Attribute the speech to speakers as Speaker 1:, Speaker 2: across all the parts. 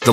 Speaker 1: The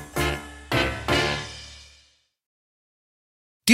Speaker 2: Do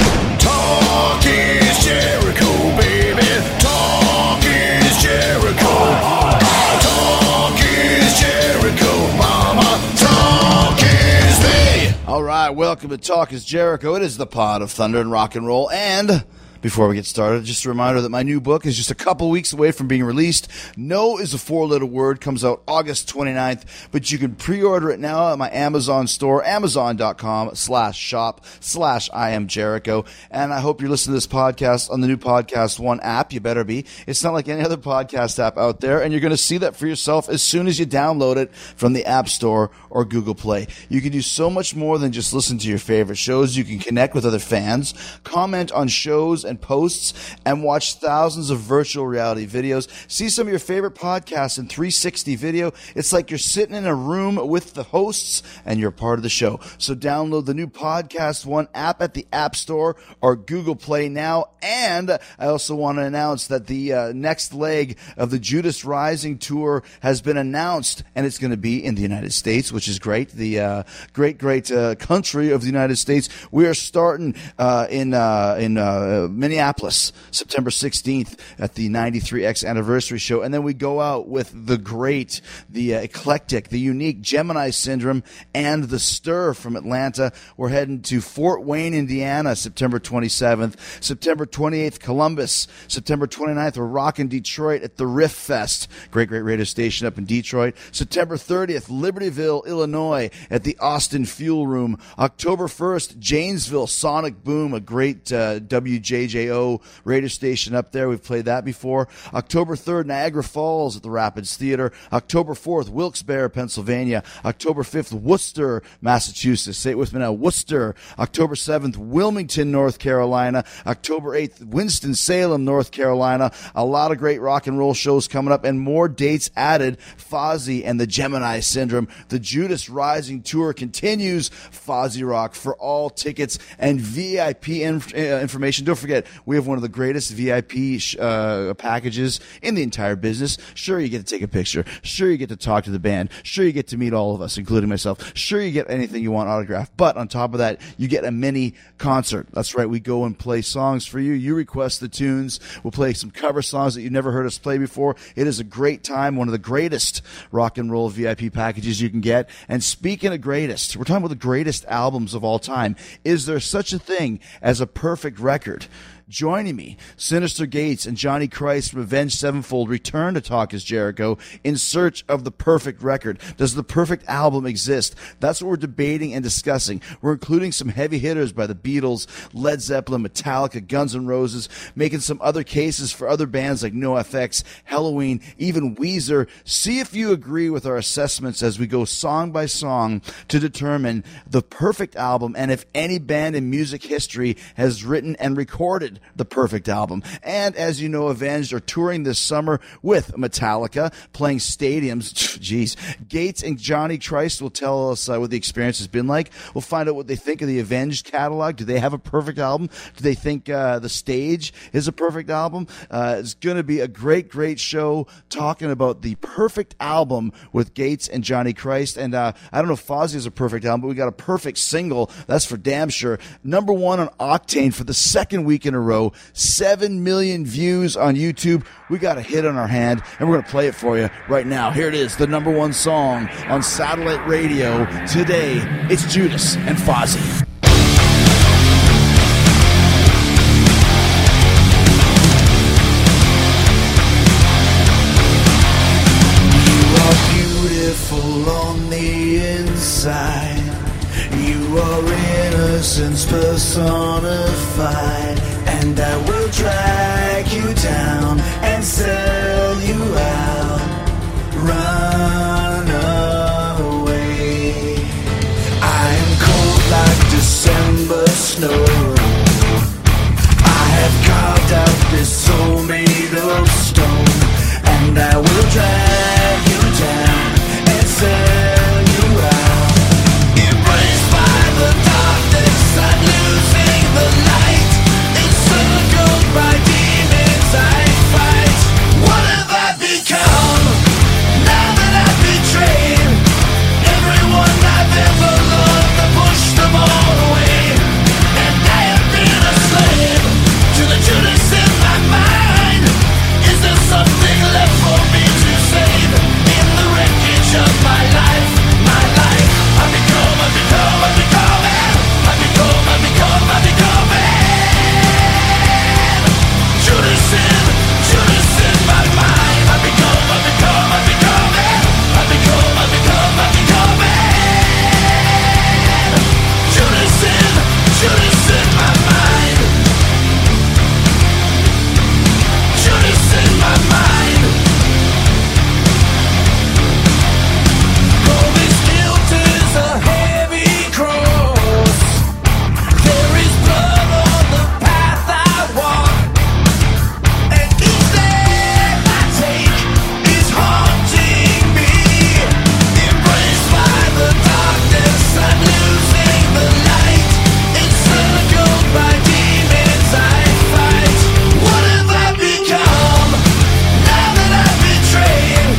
Speaker 3: Talk is Jericho, baby. Talk is Jericho. Talk is Jericho, mama. Talk is me.
Speaker 4: All right, welcome to Talk is Jericho. It is the pod of thunder and rock and roll. And before we get started, just a reminder that my new book is just a couple weeks away from being released. No is a four letter word, comes out August 29th, but you can pre order it now at my Amazon store, amazon.com slash shop slash I am Jericho. And I hope you're listening to this podcast on the new Podcast One app. You better be. It's not like any other podcast app out there, and you're going to see that for yourself as soon as you download it from the App Store or Google Play. You can do so much more than just listen to your favorite shows. You can connect with other fans, comment on shows and posts, and watch thousands of virtual reality videos. See some of your favorite podcasts in 360 video. It's like you're sitting in a room with the hosts and you're part of the show. So download the new Podcast One app at the App Store or Google Play now. And I also want to announce that the uh, next leg of the Judas Rising tour has been announced, and it's going to be in the United States, which is great. The uh, great, great uh, country of the United States. We are starting uh, in uh, in uh, Minneapolis, September 16th at the 93X anniversary show, and then we go out with the great, the uh, eclectic, the unique Gemini Syndrome, and the Stir from Atlanta. We're heading to Fort Wayne, Indiana, September 27th, September 28th, Columbus, September 29th. We're rocking Detroit at the Riff Fest, great, great radio station up in Detroit. September 30th, Libertyville, Illinois, at the Austin Fuel Room. October 1st, Janesville, Sonic Boom, a great uh, WJJO radio station up there. We've played that before. October 3rd, Niagara Falls at the Rapids Theater. October 4th, Wilkes-Barre, Pennsylvania. October 5th, Worcester, Massachusetts. Say it with me now, Worcester. October 7th, Wilmington, North Carolina. October 8th, Winston-Salem, North Carolina. A lot of great rock and roll shows coming up and more dates added. Fozzy and the Gemini Syndrome. The Judas Rising Tour continues. Fozzy Rock for all tickets and VIP inf- uh, information. Don't forget, we have one of the greatest VIP sh- uh, packages in the entire business. Sure, you get to take a picture. Sure, you get to talk to the band. Sure, you get to meet all of us, including myself. Sure, you get anything you want autographed. But on top of that, you get a mini concert. That's right. We go and play songs for you. You request the tunes. We'll play some cover songs that you've never heard us play before. It is a great time. One of the greatest rock and roll VIP packages you can get. And speaking of greatest, we're talking about the greatest albums of all time. Is there such a thing as a perfect record? Joining me, Sinister Gates and Johnny Christ, Revenge Sevenfold return to Talk as Jericho in search of the perfect record. Does the perfect album exist? That's what we're debating and discussing. We're including some heavy hitters by the Beatles, Led Zeppelin, Metallica, Guns N' Roses, making some other cases for other bands like NoFX, Halloween, even Weezer. See if you agree with our assessments as we go song by song to determine the perfect album and if any band in music history has written and recorded the perfect album. And as you know, Avenged are touring this summer with Metallica, playing stadiums. Jeez. Gates and Johnny Christ will tell us uh, what the experience has been like. We'll find out what they think of the Avenged catalog. Do they have a perfect album? Do they think uh, The Stage is a perfect album? Uh, it's going to be a great, great show talking about the perfect album with Gates and Johnny Christ. And uh, I don't know if Fozzy is a perfect album, but we got a perfect single. That's for damn sure. Number one on Octane for the second week in a
Speaker 5: row, 7 million views on YouTube. We got a hit on our hand, and we're going to play it for you right now. Here it is, the number one song on satellite radio today. It's Judas and Fozzy. You are beautiful on the inside. You are innocence personified. And I will track you down and sell you out. Run away. I am cold like December snow. I have carved out this soul made of stone, and I will drag you down and sell you out. Embraced by the darkness, I'm losing the light. Encircled by demons, I fight. What have I become? Now that I've betrayed everyone I've ever loved, I pushed them all away, and I have been a slave to the Judas in my mind. Is there something left for me to save in the wreckage of my life? My life, I become, I become, I become, I become, I become, I become. Judas in, Judas in my mind. I become, I become, I become, I become, I become, I become. Judas in, Judas in my mind. Judas in my mind. Oh, this guilt is a heavy cross. There is blood on the path I walk. And each step I take is haunting me. Embraced by the darkness, I'm losing the light. Encircled by demons, I fight. What have I become? Now that I've betrayed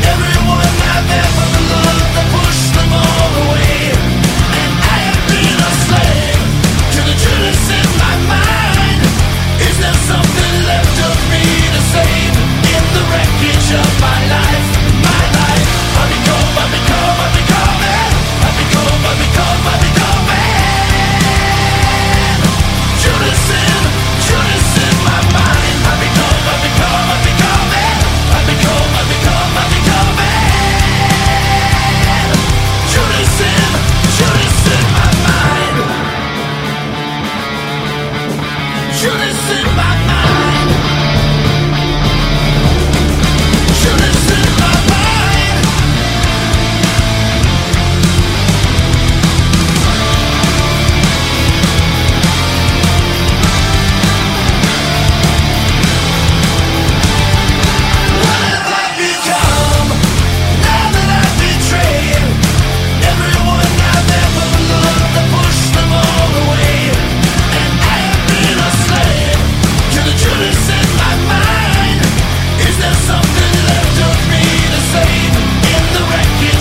Speaker 5: everyone I've ever loved, I push them all away. And I have been a slave to the Judas in my mind. Is there something left of me to save in the wreckage of my life? My life. I become, I become, I become it. I become, I become, I become it. Judas in, Judas in my mind. I become, I become, I become it. I become, I become, I become it. Judas in, Judas in my mind. Judas in my mind. Judas in my mind.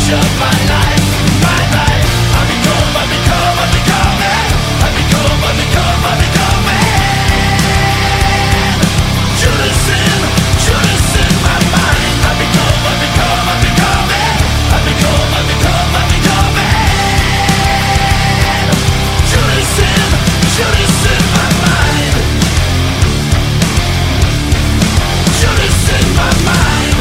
Speaker 5: My life, my life, I become, I become, I become it. I become, I become, I become it. Judas in, Judas in my mind. I become, I become, I become it. I become, I become, I become it. Judas in, Judas in my mind. Judas in my mind.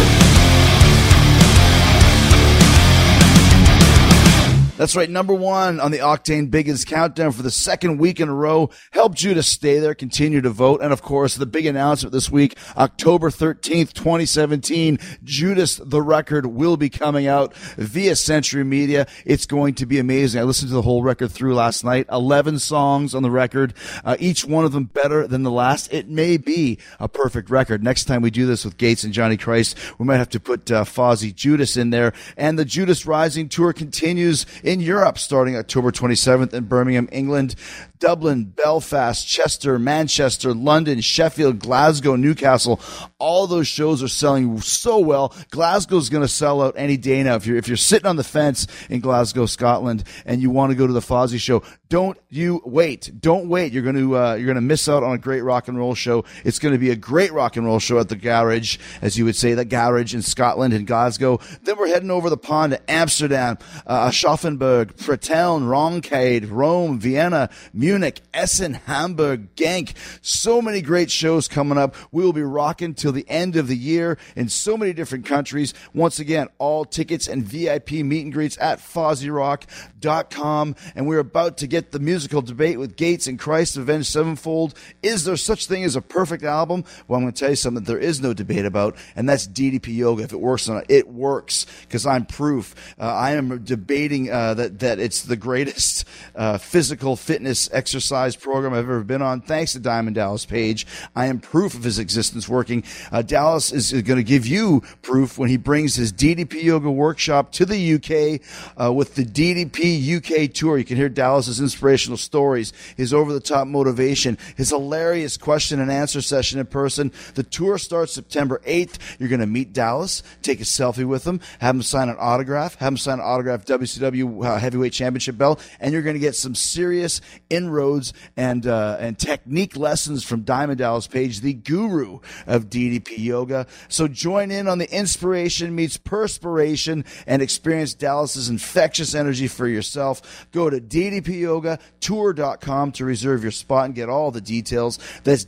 Speaker 5: That's right, number one on the Octane Biggins Countdown for the second week in a row. Help Judas stay there, continue to vote. And of course, the big announcement this week, October 13th, 2017, Judas the Record will be coming out via Century Media. It's going to be amazing. I listened to the whole record through last night. 11 songs on the record, uh, each one of them better than the last. It may be a perfect record. Next time we do this with Gates and Johnny Christ, we might have to put uh, Fozzy Judas in there. And the Judas Rising Tour continues in
Speaker 4: in Europe starting October 27th in Birmingham, England, Dublin, Belfast, Chester, Manchester, London, Sheffield, Glasgow, Newcastle. All those shows are selling so well. Glasgow's going to sell out any day now. If you're, if you're sitting on the fence in Glasgow, Scotland, and you want to go to the Fozzy show, don't you wait. Don't wait. You're going to, uh, you're going to miss out on a great rock and roll show. It's going to be a great rock and roll show at the garage, as you would say, the garage in Scotland and Glasgow. Then we're heading over the pond to Amsterdam, uh, Aschaffenburg, Pretown, Roncade, Rome, Vienna, Munich, Essen, Hamburg, Genk. So many great shows coming up. We will be rocking till the end of the year in so many different countries. Once again, all tickets and VIP meet and greets at FozzyRock.com. And we're about to get the musical debate with Gates and Christ, Avenged Sevenfold. Is there such thing as a perfect album? Well, I'm going to tell you something that there is no debate about, and that's DDP Yoga. If it works on it, it works because I'm proof. Uh, I am debating uh, that that it's the greatest uh, physical fitness exercise program I've ever been on. Thanks to Diamond Dallas Page, I am proof of his existence working. Uh, Dallas is going to give you proof when he brings his DDP Yoga workshop to the UK uh, with the DDP UK tour. You can hear Dallas's inspirational stories, his over-the-top motivation, his hilarious question and answer session in person. The tour starts September 8th. You're going to meet Dallas, take a selfie with him, have him sign an autograph, have him sign an autograph WCW uh, Heavyweight Championship belt, and you're going to get some serious inroads and uh, and technique lessons from Diamond Dallas Page, the guru of DDP Yoga. So join in on the inspiration meets perspiration and experience Dallas's infectious energy for yourself. Go to ddpyogatour.com to reserve your spot and get all the details. That's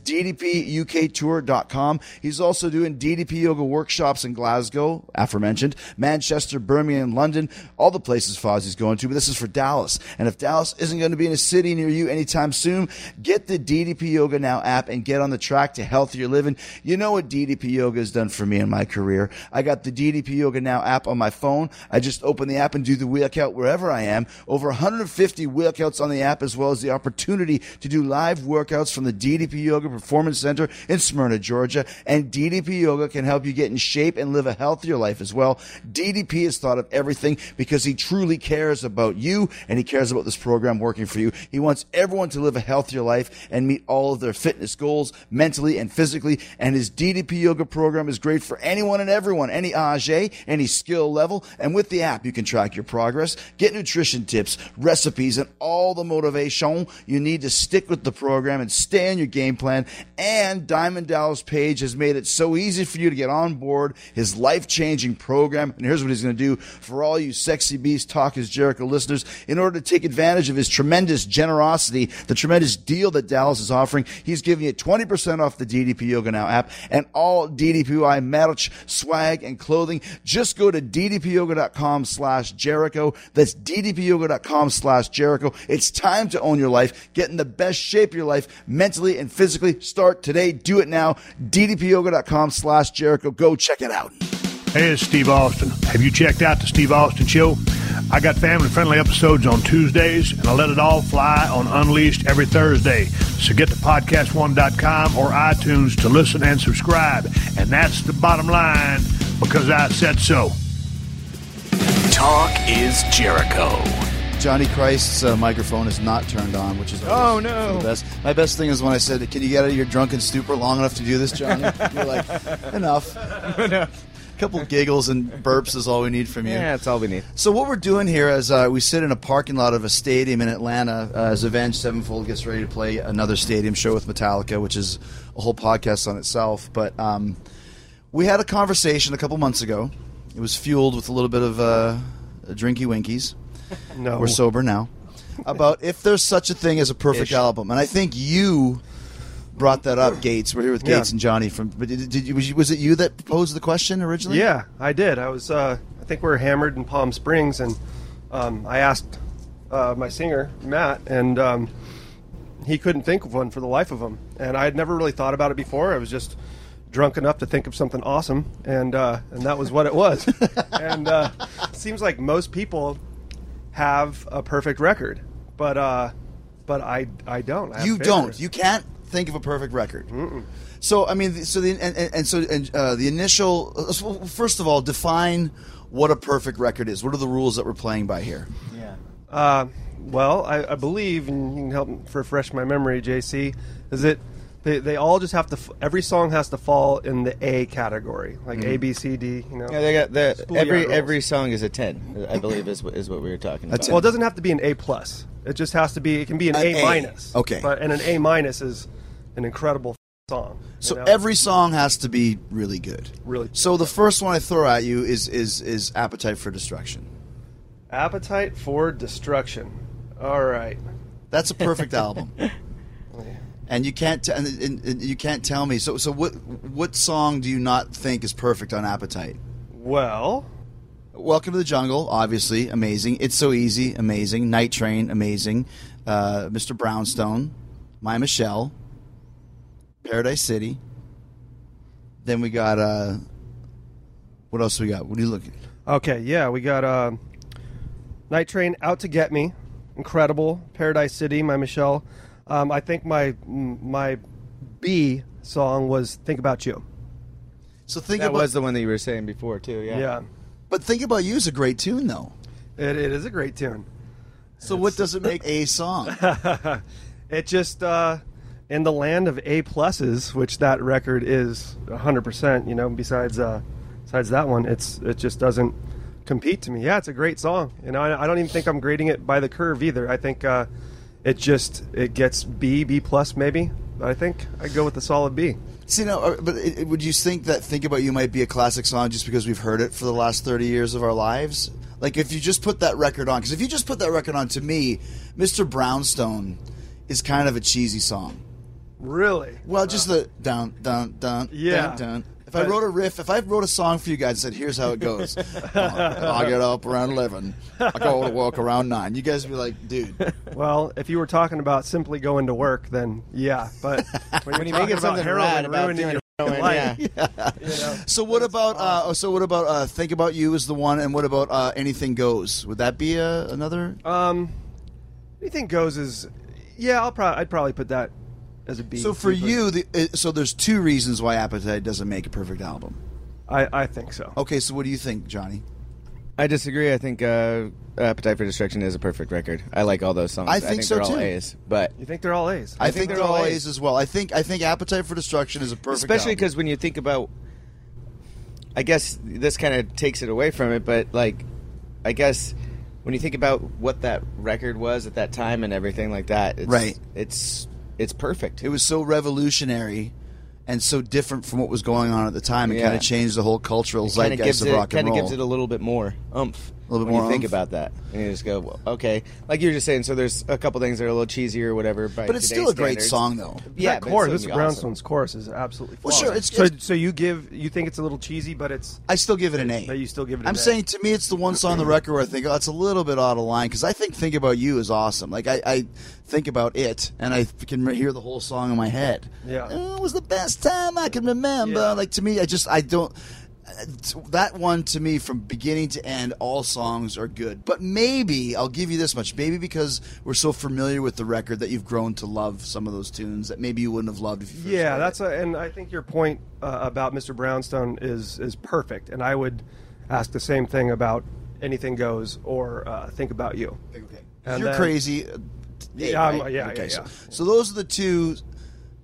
Speaker 4: ddpuktour.com. He's also doing DDP Yoga workshops in Glasgow, aforementioned, Manchester, Birmingham, London, all the places Fozzie's going to, but this is for Dallas. And if Dallas isn't going to be in a city near you anytime soon, get the DDP Yoga Now app and get on the track to healthier living. You know what DDP Yoga has done for me in my career. I got the DDP Yoga Now app on my phone. I just open the app and do the workout wherever I am. Over 150 workouts on the app, as well as the opportunity to do live workouts from the DDP Yoga Performance Center in Smyrna, Georgia. And DDP Yoga can help you get in shape and live a healthier life as well. DDP has thought of everything because he truly cares about you and he cares about this program working for you. He wants everyone to live a healthier life and meet all of their fitness goals mentally and physically. And his DDP Yoga program is great for anyone and everyone, any age, any skill level. And with the app, you can track your progress, get nutrition tips, recipes, and all the motivation you need to stick with the program and stay on your game plan. And Diamond Dallas Page has made it so easy for you to get on board his life changing program. And here's what he's going to do for all you sexy beast talk is Jericho listeners. In order to take advantage of his tremendous generosity, the tremendous deal that Dallas is offering, he's giving you 20% off the DDP Yoga Now app and all DDPY merch, swag, and clothing. Just go to ddpyoga.com slash Jericho. That's ddpyoga.com slash Jericho. It's time to own your life. Get in the best shape of your life mentally and physically. Start today. Do it now. ddpyoga.com slash Jericho. Go check it out.
Speaker 6: Hey, it's Steve Austin. Have you checked out the Steve Austin Show? I got family friendly episodes on Tuesdays, and I let it all fly on Unleashed every Thursday. So get to podcastone.com or iTunes to listen and subscribe. And that's the bottom line because I said so.
Speaker 7: Talk is Jericho.
Speaker 4: Johnny Christ's uh, microphone is not turned on, which is always
Speaker 8: Oh, no.
Speaker 4: the best. My best thing is when I said, "Can you get out of your drunken stupor long enough to do this, Johnny?" You're like, "Enough." A couple giggles and burps is all we need from you.
Speaker 8: Yeah, that's all we need.
Speaker 4: So what we're doing here is uh, we sit in a parking lot of a stadium in Atlanta uh, as Avenged Sevenfold gets ready to play another stadium show with Metallica, which is a whole podcast on itself. But um, we had a conversation a couple months ago. It was fueled with a little bit of uh, drinky winkies.
Speaker 9: No.
Speaker 4: We're sober now. About if there's such a thing as a perfect
Speaker 9: Ish.
Speaker 4: album, and I think you brought that up, Gates. We're here with
Speaker 9: Yeah.
Speaker 4: Gates and Johnny from. But did, did you, was, you- was it you that posed the question originally?
Speaker 9: Yeah, I did. I was. Uh, I think we were hammered in Palm Springs, and um, I asked uh, my singer Matt, and um, he couldn't think of one for the life of him. And I had never really thought about it before. I was just drunk enough to think of something awesome, and uh, and that was what it was. and uh, it seems like most people have a perfect record, but uh, but I I don't. I have
Speaker 4: you
Speaker 9: favorites.
Speaker 4: don't. You can't think of a perfect record. So I mean, so the and, and, and so and, uh, the initial. uh, so, well, first of all, define what a perfect record is. What are the rules that we're playing by here?
Speaker 9: Uh, well, I, I believe, and you can help refresh my memory, JC, is it they, they all just have to, f- every song has to fall in the A category, like A, B, C, D, you know?
Speaker 8: Yeah, they got the
Speaker 9: Schoolyard
Speaker 8: every
Speaker 9: rules.
Speaker 8: every song is a ten. I believe is what- is what we were talking
Speaker 4: That's
Speaker 8: about.
Speaker 9: Well, it doesn't have to be an A plus. It just has to be. It can be an,
Speaker 4: An
Speaker 9: A
Speaker 4: A.
Speaker 9: minus.
Speaker 4: Okay.
Speaker 9: But and an A minus is an incredible song. you
Speaker 4: So
Speaker 9: know?
Speaker 4: every song has to be really good.
Speaker 9: Really.
Speaker 4: So the first one I throw at you is is is Appetite for Destruction.
Speaker 9: appetite for destruction. All right.
Speaker 4: That's a perfect album. And you can't t- and, and, and you can't tell me. So so what what song do you not think is perfect on Appetite?
Speaker 9: Well,
Speaker 4: Welcome to the Jungle, obviously amazing. It's so easy, amazing. Night Train, amazing. Uh, Mr. Brownstone, My Michelle, Paradise City. Then we got uh, what else we got? What are you looking?
Speaker 9: okay, yeah, we got um, Night Train out to get me. Incredible Paradise City, my Michelle. Um, I think my my B song was Think About You.
Speaker 4: So think
Speaker 8: that
Speaker 4: about
Speaker 8: was the one that you were saying before too. Yeah.
Speaker 9: Yeah,
Speaker 4: But Think About You is a great tune, though.
Speaker 9: it, it is a great tune.
Speaker 4: So what does it make a song?
Speaker 9: It just uh, in the land of A pluses, which that record is 100. percent You know, besides uh, besides that one, it's it just doesn't compete to me. Yeah, it's a great song. You know, I, I don't even think I'm grading it by the curve either. I think uh, it just it gets B B plus maybe. I think I go with the solid B.
Speaker 4: See, no, uh, but it, it- would you think that Think About You might be a classic song just because we've heard it for the last 30 years of our lives? Like, if you just put that record on, because if you just put that record on, to me, Mr. Brownstone is kind of a cheesy song.
Speaker 9: Really?
Speaker 4: Well, just the dun, dun, dun,
Speaker 9: Yeah.
Speaker 4: dun, dun. If I wrote a riff, if I wrote a song for you guys and said, here's how it goes, I get up around 11, I go to work around 9, you guys would be like, dude,
Speaker 9: Well, if you were talking about simply going to work, then yeah. But when, you're
Speaker 8: Making
Speaker 9: talking about
Speaker 8: something
Speaker 9: heroin
Speaker 8: rad about
Speaker 9: ruining
Speaker 8: doing
Speaker 9: your
Speaker 8: heroin,
Speaker 9: life.
Speaker 8: yeah.
Speaker 4: So what about uh, oh, so what about uh, think about you is the one, and what about uh, anything goes? Would that be uh, another?
Speaker 9: anything goes is yeah. I'll probably I'd probably put that as a B.
Speaker 4: so for
Speaker 9: C plus.
Speaker 4: you, the, uh, so there's two reasons why Appetite doesn't make a perfect album.
Speaker 9: I, I think so.
Speaker 4: Okay, so what do you think, Johnny?
Speaker 8: I disagree. I think uh, Appetite for Destruction is a perfect record. I like all those songs.
Speaker 4: I think so,
Speaker 8: they're all
Speaker 4: too.
Speaker 8: A's, but
Speaker 9: You think they're all A's?
Speaker 4: I, think, they're all A's as well. I think I think Appetite for Destruction is a perfect,
Speaker 8: especially
Speaker 4: album.
Speaker 8: because when you think about i guess this kind of takes it away from it but like i guess when you think about what that record was at that time and everything like that it's,
Speaker 4: Right.
Speaker 8: it's it's perfect
Speaker 4: it was so revolutionary and so different from what was going on at the time. It
Speaker 8: Yeah.
Speaker 4: kind of changed the whole cultural
Speaker 8: kind of
Speaker 4: zeitgeist
Speaker 8: gives
Speaker 4: of
Speaker 8: it
Speaker 4: rock and
Speaker 8: kind of
Speaker 4: roll.
Speaker 8: gives it a little bit more oomph
Speaker 4: A little bit
Speaker 8: when
Speaker 4: more
Speaker 8: you think
Speaker 4: oomph.
Speaker 8: about that and you just go well, okay like you were just saying so there's a couple things that are a little cheesy or whatever by
Speaker 4: but it's
Speaker 8: today's
Speaker 4: still a great
Speaker 8: standards.
Speaker 4: song, though.
Speaker 8: yeah
Speaker 9: that
Speaker 8: but it's
Speaker 9: chorus,
Speaker 8: still
Speaker 9: this
Speaker 8: awesome.
Speaker 9: Brownstone's chorus is absolutely.
Speaker 4: Well,
Speaker 9: flawless.
Speaker 4: sure, it's-
Speaker 9: so.
Speaker 4: it's-
Speaker 9: so you give you think it's a little cheesy, but it's
Speaker 4: I still give it an A.
Speaker 9: But you still give it an
Speaker 4: I'm
Speaker 9: A.
Speaker 4: saying to me, it's the one song on the record where I think, oh, it's a little bit out of line because I think "Think About You" is awesome. Like I, I think about it and I can re- hear the whole song in my head.
Speaker 9: Yeah.
Speaker 4: "Oh, it was the best time I can remember.
Speaker 9: Yeah.
Speaker 4: Like to me, I just I don't. uh, t- That one to me, from beginning to end, all songs are good. But maybe I'll give you this much: maybe because we're so familiar with the record that you've grown to love some of those tunes that maybe you wouldn't have loved. If you first
Speaker 9: yeah.
Speaker 4: heard
Speaker 9: That's
Speaker 4: it.
Speaker 9: a, and I think your point uh, about Mr. Brownstone is is perfect, and I would ask the same thing about anything goes or uh, think about you.
Speaker 4: If
Speaker 9: And
Speaker 4: You're
Speaker 9: then-
Speaker 4: crazy. uh, eight,
Speaker 9: Yeah, I'm-
Speaker 4: right?
Speaker 9: yeah, yeah,
Speaker 4: so,
Speaker 9: yeah.
Speaker 4: so those are the two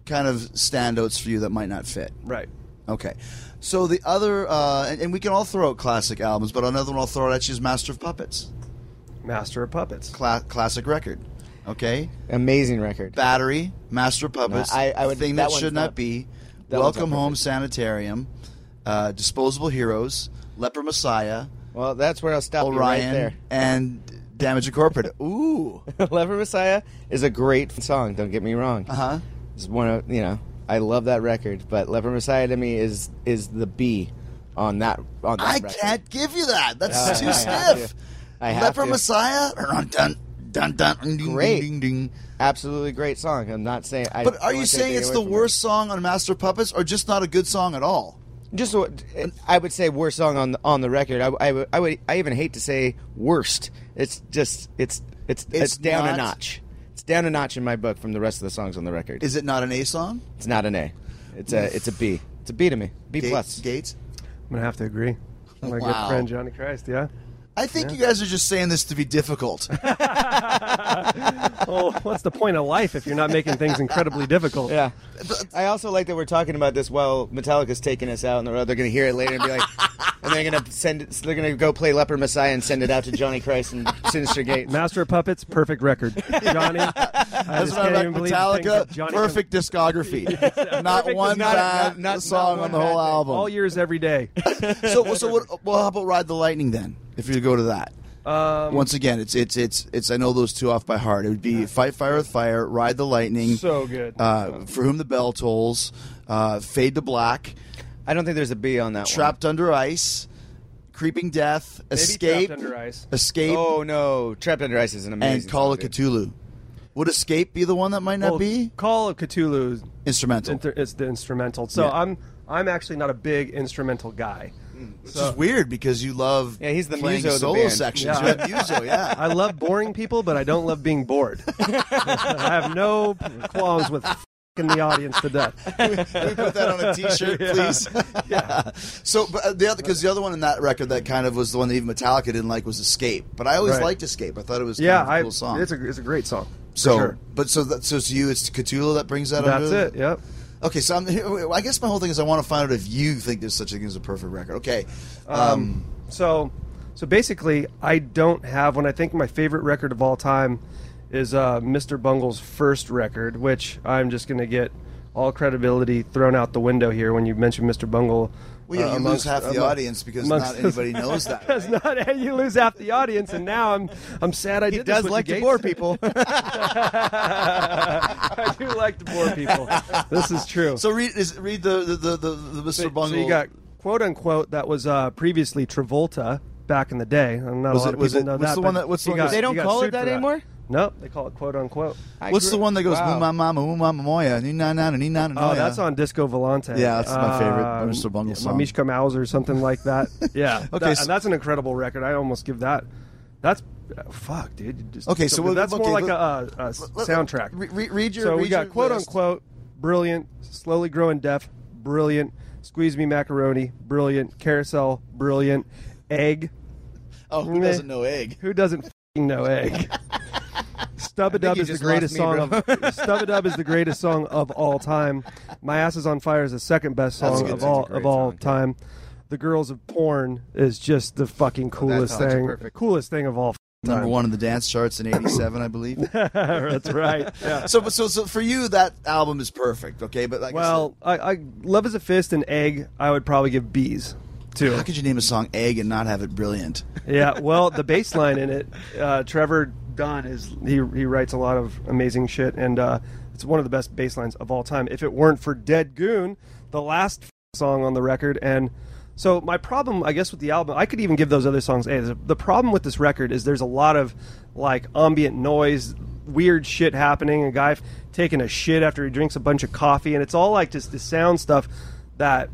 Speaker 4: kind of standouts for you that might not fit.
Speaker 9: Right.
Speaker 4: Okay. So the other, uh, and, and we can all throw out classic albums, but another one I'll throw out at you is Master of Puppets,
Speaker 9: Master of Puppets.
Speaker 4: Cla- classic record. Okay.
Speaker 8: amazing record
Speaker 4: Battery, Master of Puppets,
Speaker 8: I- I would-
Speaker 4: thing
Speaker 8: that
Speaker 4: that,
Speaker 8: one's
Speaker 4: should not,
Speaker 8: not-
Speaker 4: be,
Speaker 8: that one's not
Speaker 4: Welcome Home
Speaker 8: perfect.
Speaker 4: Sanitarium, uh, Disposable Heroes, Leper Messiah,
Speaker 8: well that's where i'll stop you right
Speaker 4: Orion,
Speaker 8: there
Speaker 4: and Damage Incorporated. Ooh.
Speaker 8: Lover Messiah is a great song. Don't get me wrong. Uh
Speaker 4: Uh-huh.
Speaker 8: It's one of you know. I love that record, but Lover Messiah to me is is the B on that on that
Speaker 4: I
Speaker 8: record.
Speaker 4: can't give you that. That's
Speaker 8: Uh,
Speaker 4: too
Speaker 8: I have
Speaker 4: stiff.
Speaker 8: to. I have
Speaker 4: Leper
Speaker 8: to.
Speaker 4: Messiah. Dun, dun, dun, dun, ding, ding,
Speaker 8: Great.
Speaker 4: Ding, ding.
Speaker 8: Absolutely great song. I'm not saying. I
Speaker 4: But
Speaker 8: don't
Speaker 4: are you
Speaker 8: wanna take
Speaker 4: saying
Speaker 8: anything
Speaker 4: it's the
Speaker 8: away from
Speaker 4: worst song on Master of Puppets, or just not a good song at all?
Speaker 8: it. Just what- I would say worst song on the, on the record. I, I, would- I would I even hate to say worst. It's just it's it's it's, down
Speaker 4: not-
Speaker 8: a notch. It's down a notch in my book from the rest of the songs on the record.
Speaker 4: Is it not an A song?
Speaker 8: It's not an A. It's a it's a B. It's a B to me. B
Speaker 4: Gates.
Speaker 8: plus.
Speaker 4: Gates.
Speaker 9: I'm gonna have to agree. My
Speaker 4: Wow.
Speaker 9: good friend Johnny Christ. Yeah.
Speaker 4: I think you guys are just saying this to be difficult.
Speaker 9: Well, what's the point of life if you're not making things incredibly difficult?
Speaker 8: Yeah. I also like that we're talking about this while Metallica's taking us out on the road. They're going to hear it later and be like, and they're going to send it, they're going to go play Leper Messiah and send it out to Johnny Christ and Sinister Gates.
Speaker 9: Master of Puppets, perfect record. Johnny, that's
Speaker 4: That's what I like. Metallica, perfect discography. not one
Speaker 8: not-
Speaker 4: bad
Speaker 8: not- not-
Speaker 4: song
Speaker 8: not
Speaker 4: on
Speaker 8: one
Speaker 4: the whole
Speaker 8: bad
Speaker 4: album.
Speaker 9: All years, every day.
Speaker 4: so, so what, well, how about Ride the Lightning then? If you go to that, once again, it's it's it's it's. I know those two off by heart. It would be Fight Fire with Fire, Ride the Lightning,
Speaker 9: So good.
Speaker 4: Uh, For whom the bell tolls, uh, Fade to Black,
Speaker 8: I don't think there's a B on that
Speaker 4: Trapped Under Ice, Creeping Death, Escape,
Speaker 9: Trapped Under Ice.
Speaker 4: Escape,
Speaker 8: one. Oh, no. Trapped Under Ice is an amazing
Speaker 4: and Call of
Speaker 8: song, dude.
Speaker 4: Cthulhu. Would Escape be the one that might not
Speaker 9: Well,
Speaker 4: be
Speaker 9: Call of Cthulhu is-
Speaker 4: instrumental?
Speaker 9: inter- is the instrumental. So
Speaker 4: Yeah.
Speaker 9: I'm I'm actually not a big instrumental guy.
Speaker 4: Which is weird because you love
Speaker 8: Yeah, he's the
Speaker 4: playing
Speaker 8: Muso of the
Speaker 4: solo
Speaker 8: band.
Speaker 4: sections.
Speaker 9: Yeah.
Speaker 4: You have Muso, yeah.
Speaker 9: I love boring people, but I don't love being bored. I have no qualms with fing the audience to death.
Speaker 4: Can we put that on a T-shirt, please? so, but uh, the other because the other one in that record that kind of was the one that even Metallica didn't like was Escape. But I always
Speaker 9: Right.
Speaker 4: liked Escape. I thought it was
Speaker 9: Yeah,
Speaker 4: kind of a
Speaker 9: I,
Speaker 4: cool song.
Speaker 9: it's a it's a great song. for
Speaker 4: so,
Speaker 9: sure.
Speaker 4: but so that, so to you, it's Cthulhu that brings that.
Speaker 9: that's
Speaker 4: under-
Speaker 9: it. Yep.
Speaker 4: Okay, so I'm, I guess my whole thing is I want to find out if you think there's such a thing as a perfect record. Okay, um,
Speaker 9: So, so basically, I don't have one. I think my favorite record of all time is uh, Mr. Bungle's first record, which I'm just going to get all credibility thrown out the window here when you mention Mr. Bungle.
Speaker 4: well, yeah,
Speaker 9: uh,
Speaker 4: you lose
Speaker 9: amongst-
Speaker 4: half the
Speaker 9: among-
Speaker 4: audience because
Speaker 9: amongst-
Speaker 4: not anybody knows that.
Speaker 9: That's not you lose half the audience, and now I'm I'm sad. I
Speaker 8: He
Speaker 9: did this
Speaker 8: does
Speaker 9: with
Speaker 8: like
Speaker 9: the
Speaker 8: to
Speaker 9: Gates.
Speaker 8: bore people.
Speaker 9: I do like to bore people. This is true.
Speaker 4: So read is, read the the the, the, the Mr.
Speaker 9: So-
Speaker 4: Bungle.
Speaker 9: So you got quote unquote that was uh, previously Travolta back in the day. And not
Speaker 4: Was
Speaker 9: a lot
Speaker 4: it-
Speaker 9: of
Speaker 4: was
Speaker 9: people
Speaker 4: it-
Speaker 9: know
Speaker 4: what's
Speaker 9: that.
Speaker 4: the
Speaker 9: but
Speaker 4: one that- what's the
Speaker 9: he
Speaker 4: one
Speaker 9: got-
Speaker 4: that-
Speaker 8: They don't
Speaker 9: he got
Speaker 8: call it
Speaker 9: sued
Speaker 8: that
Speaker 9: for
Speaker 8: anymore?
Speaker 9: No, they call it quote unquote.
Speaker 8: I
Speaker 4: What's
Speaker 8: grew-
Speaker 4: the one that goes
Speaker 8: Wow.
Speaker 4: "Ooh, my mama, ooh, mama moya, ni na na na, ni na na
Speaker 9: Oh,
Speaker 4: na"?
Speaker 9: that's on Disco Volante.
Speaker 4: Yeah, that's my favorite Mr. Bungle song.
Speaker 9: Mishka Mouse or something like that. yeah.
Speaker 4: Okay,
Speaker 9: that-
Speaker 4: so-
Speaker 9: and that's an incredible record. I almost give that. That's uh, fuck, dude. you just-
Speaker 4: Okay, so
Speaker 9: but
Speaker 4: what-
Speaker 9: that's
Speaker 4: okay,
Speaker 9: more like
Speaker 4: let-
Speaker 9: a, uh a s-
Speaker 4: let-
Speaker 9: soundtrack.
Speaker 4: re- re- read your-
Speaker 9: So we
Speaker 4: read
Speaker 9: got
Speaker 4: your
Speaker 9: quote
Speaker 4: list.
Speaker 9: unquote brilliant, slowly growing deaf, brilliant, squeeze me macaroni, brilliant, carousel, brilliant, egg.
Speaker 4: Oh, who doesn't know egg?
Speaker 9: Who doesn't f***ing know egg? Stub a Dub
Speaker 8: you
Speaker 9: is the
Speaker 8: just
Speaker 9: greatest
Speaker 8: lost me,
Speaker 9: song of Stub a Dub is the greatest song of all time. My ass is on fire is the second best
Speaker 4: a
Speaker 9: song
Speaker 4: good
Speaker 9: of
Speaker 4: song.
Speaker 9: all
Speaker 8: That's a great
Speaker 9: of all
Speaker 8: song, too.
Speaker 9: time. The Girls of Porn is just the fucking
Speaker 8: Oh,
Speaker 9: coolest
Speaker 8: song's
Speaker 9: thing.
Speaker 8: perfect.
Speaker 9: Coolest thing of all. f***ing
Speaker 4: Number
Speaker 9: time.
Speaker 4: one in the dance charts in '87, I believe.
Speaker 9: That's right. Yeah.
Speaker 4: so, but so, so for you, that album is perfect. Okay, but like I
Speaker 9: Well, I, I Love is a Fist and Egg. I would probably give B's too.
Speaker 4: said, how could you name a song "Egg" and not have it brilliant?
Speaker 9: yeah. Well, the bass line in it, uh, Trevor Dunn is he he writes a lot of amazing shit, and uh, it's one of the best bass lines of all time. If it weren't for Dead Goon, the last f- song on the record, and so my problem, I guess, with the album, I could even give those other songs A's. The problem with this record is there's a lot of like ambient noise. Weird shit happening. A guy f- taking a shit after he drinks a bunch of coffee, and it's all like just the sound stuff that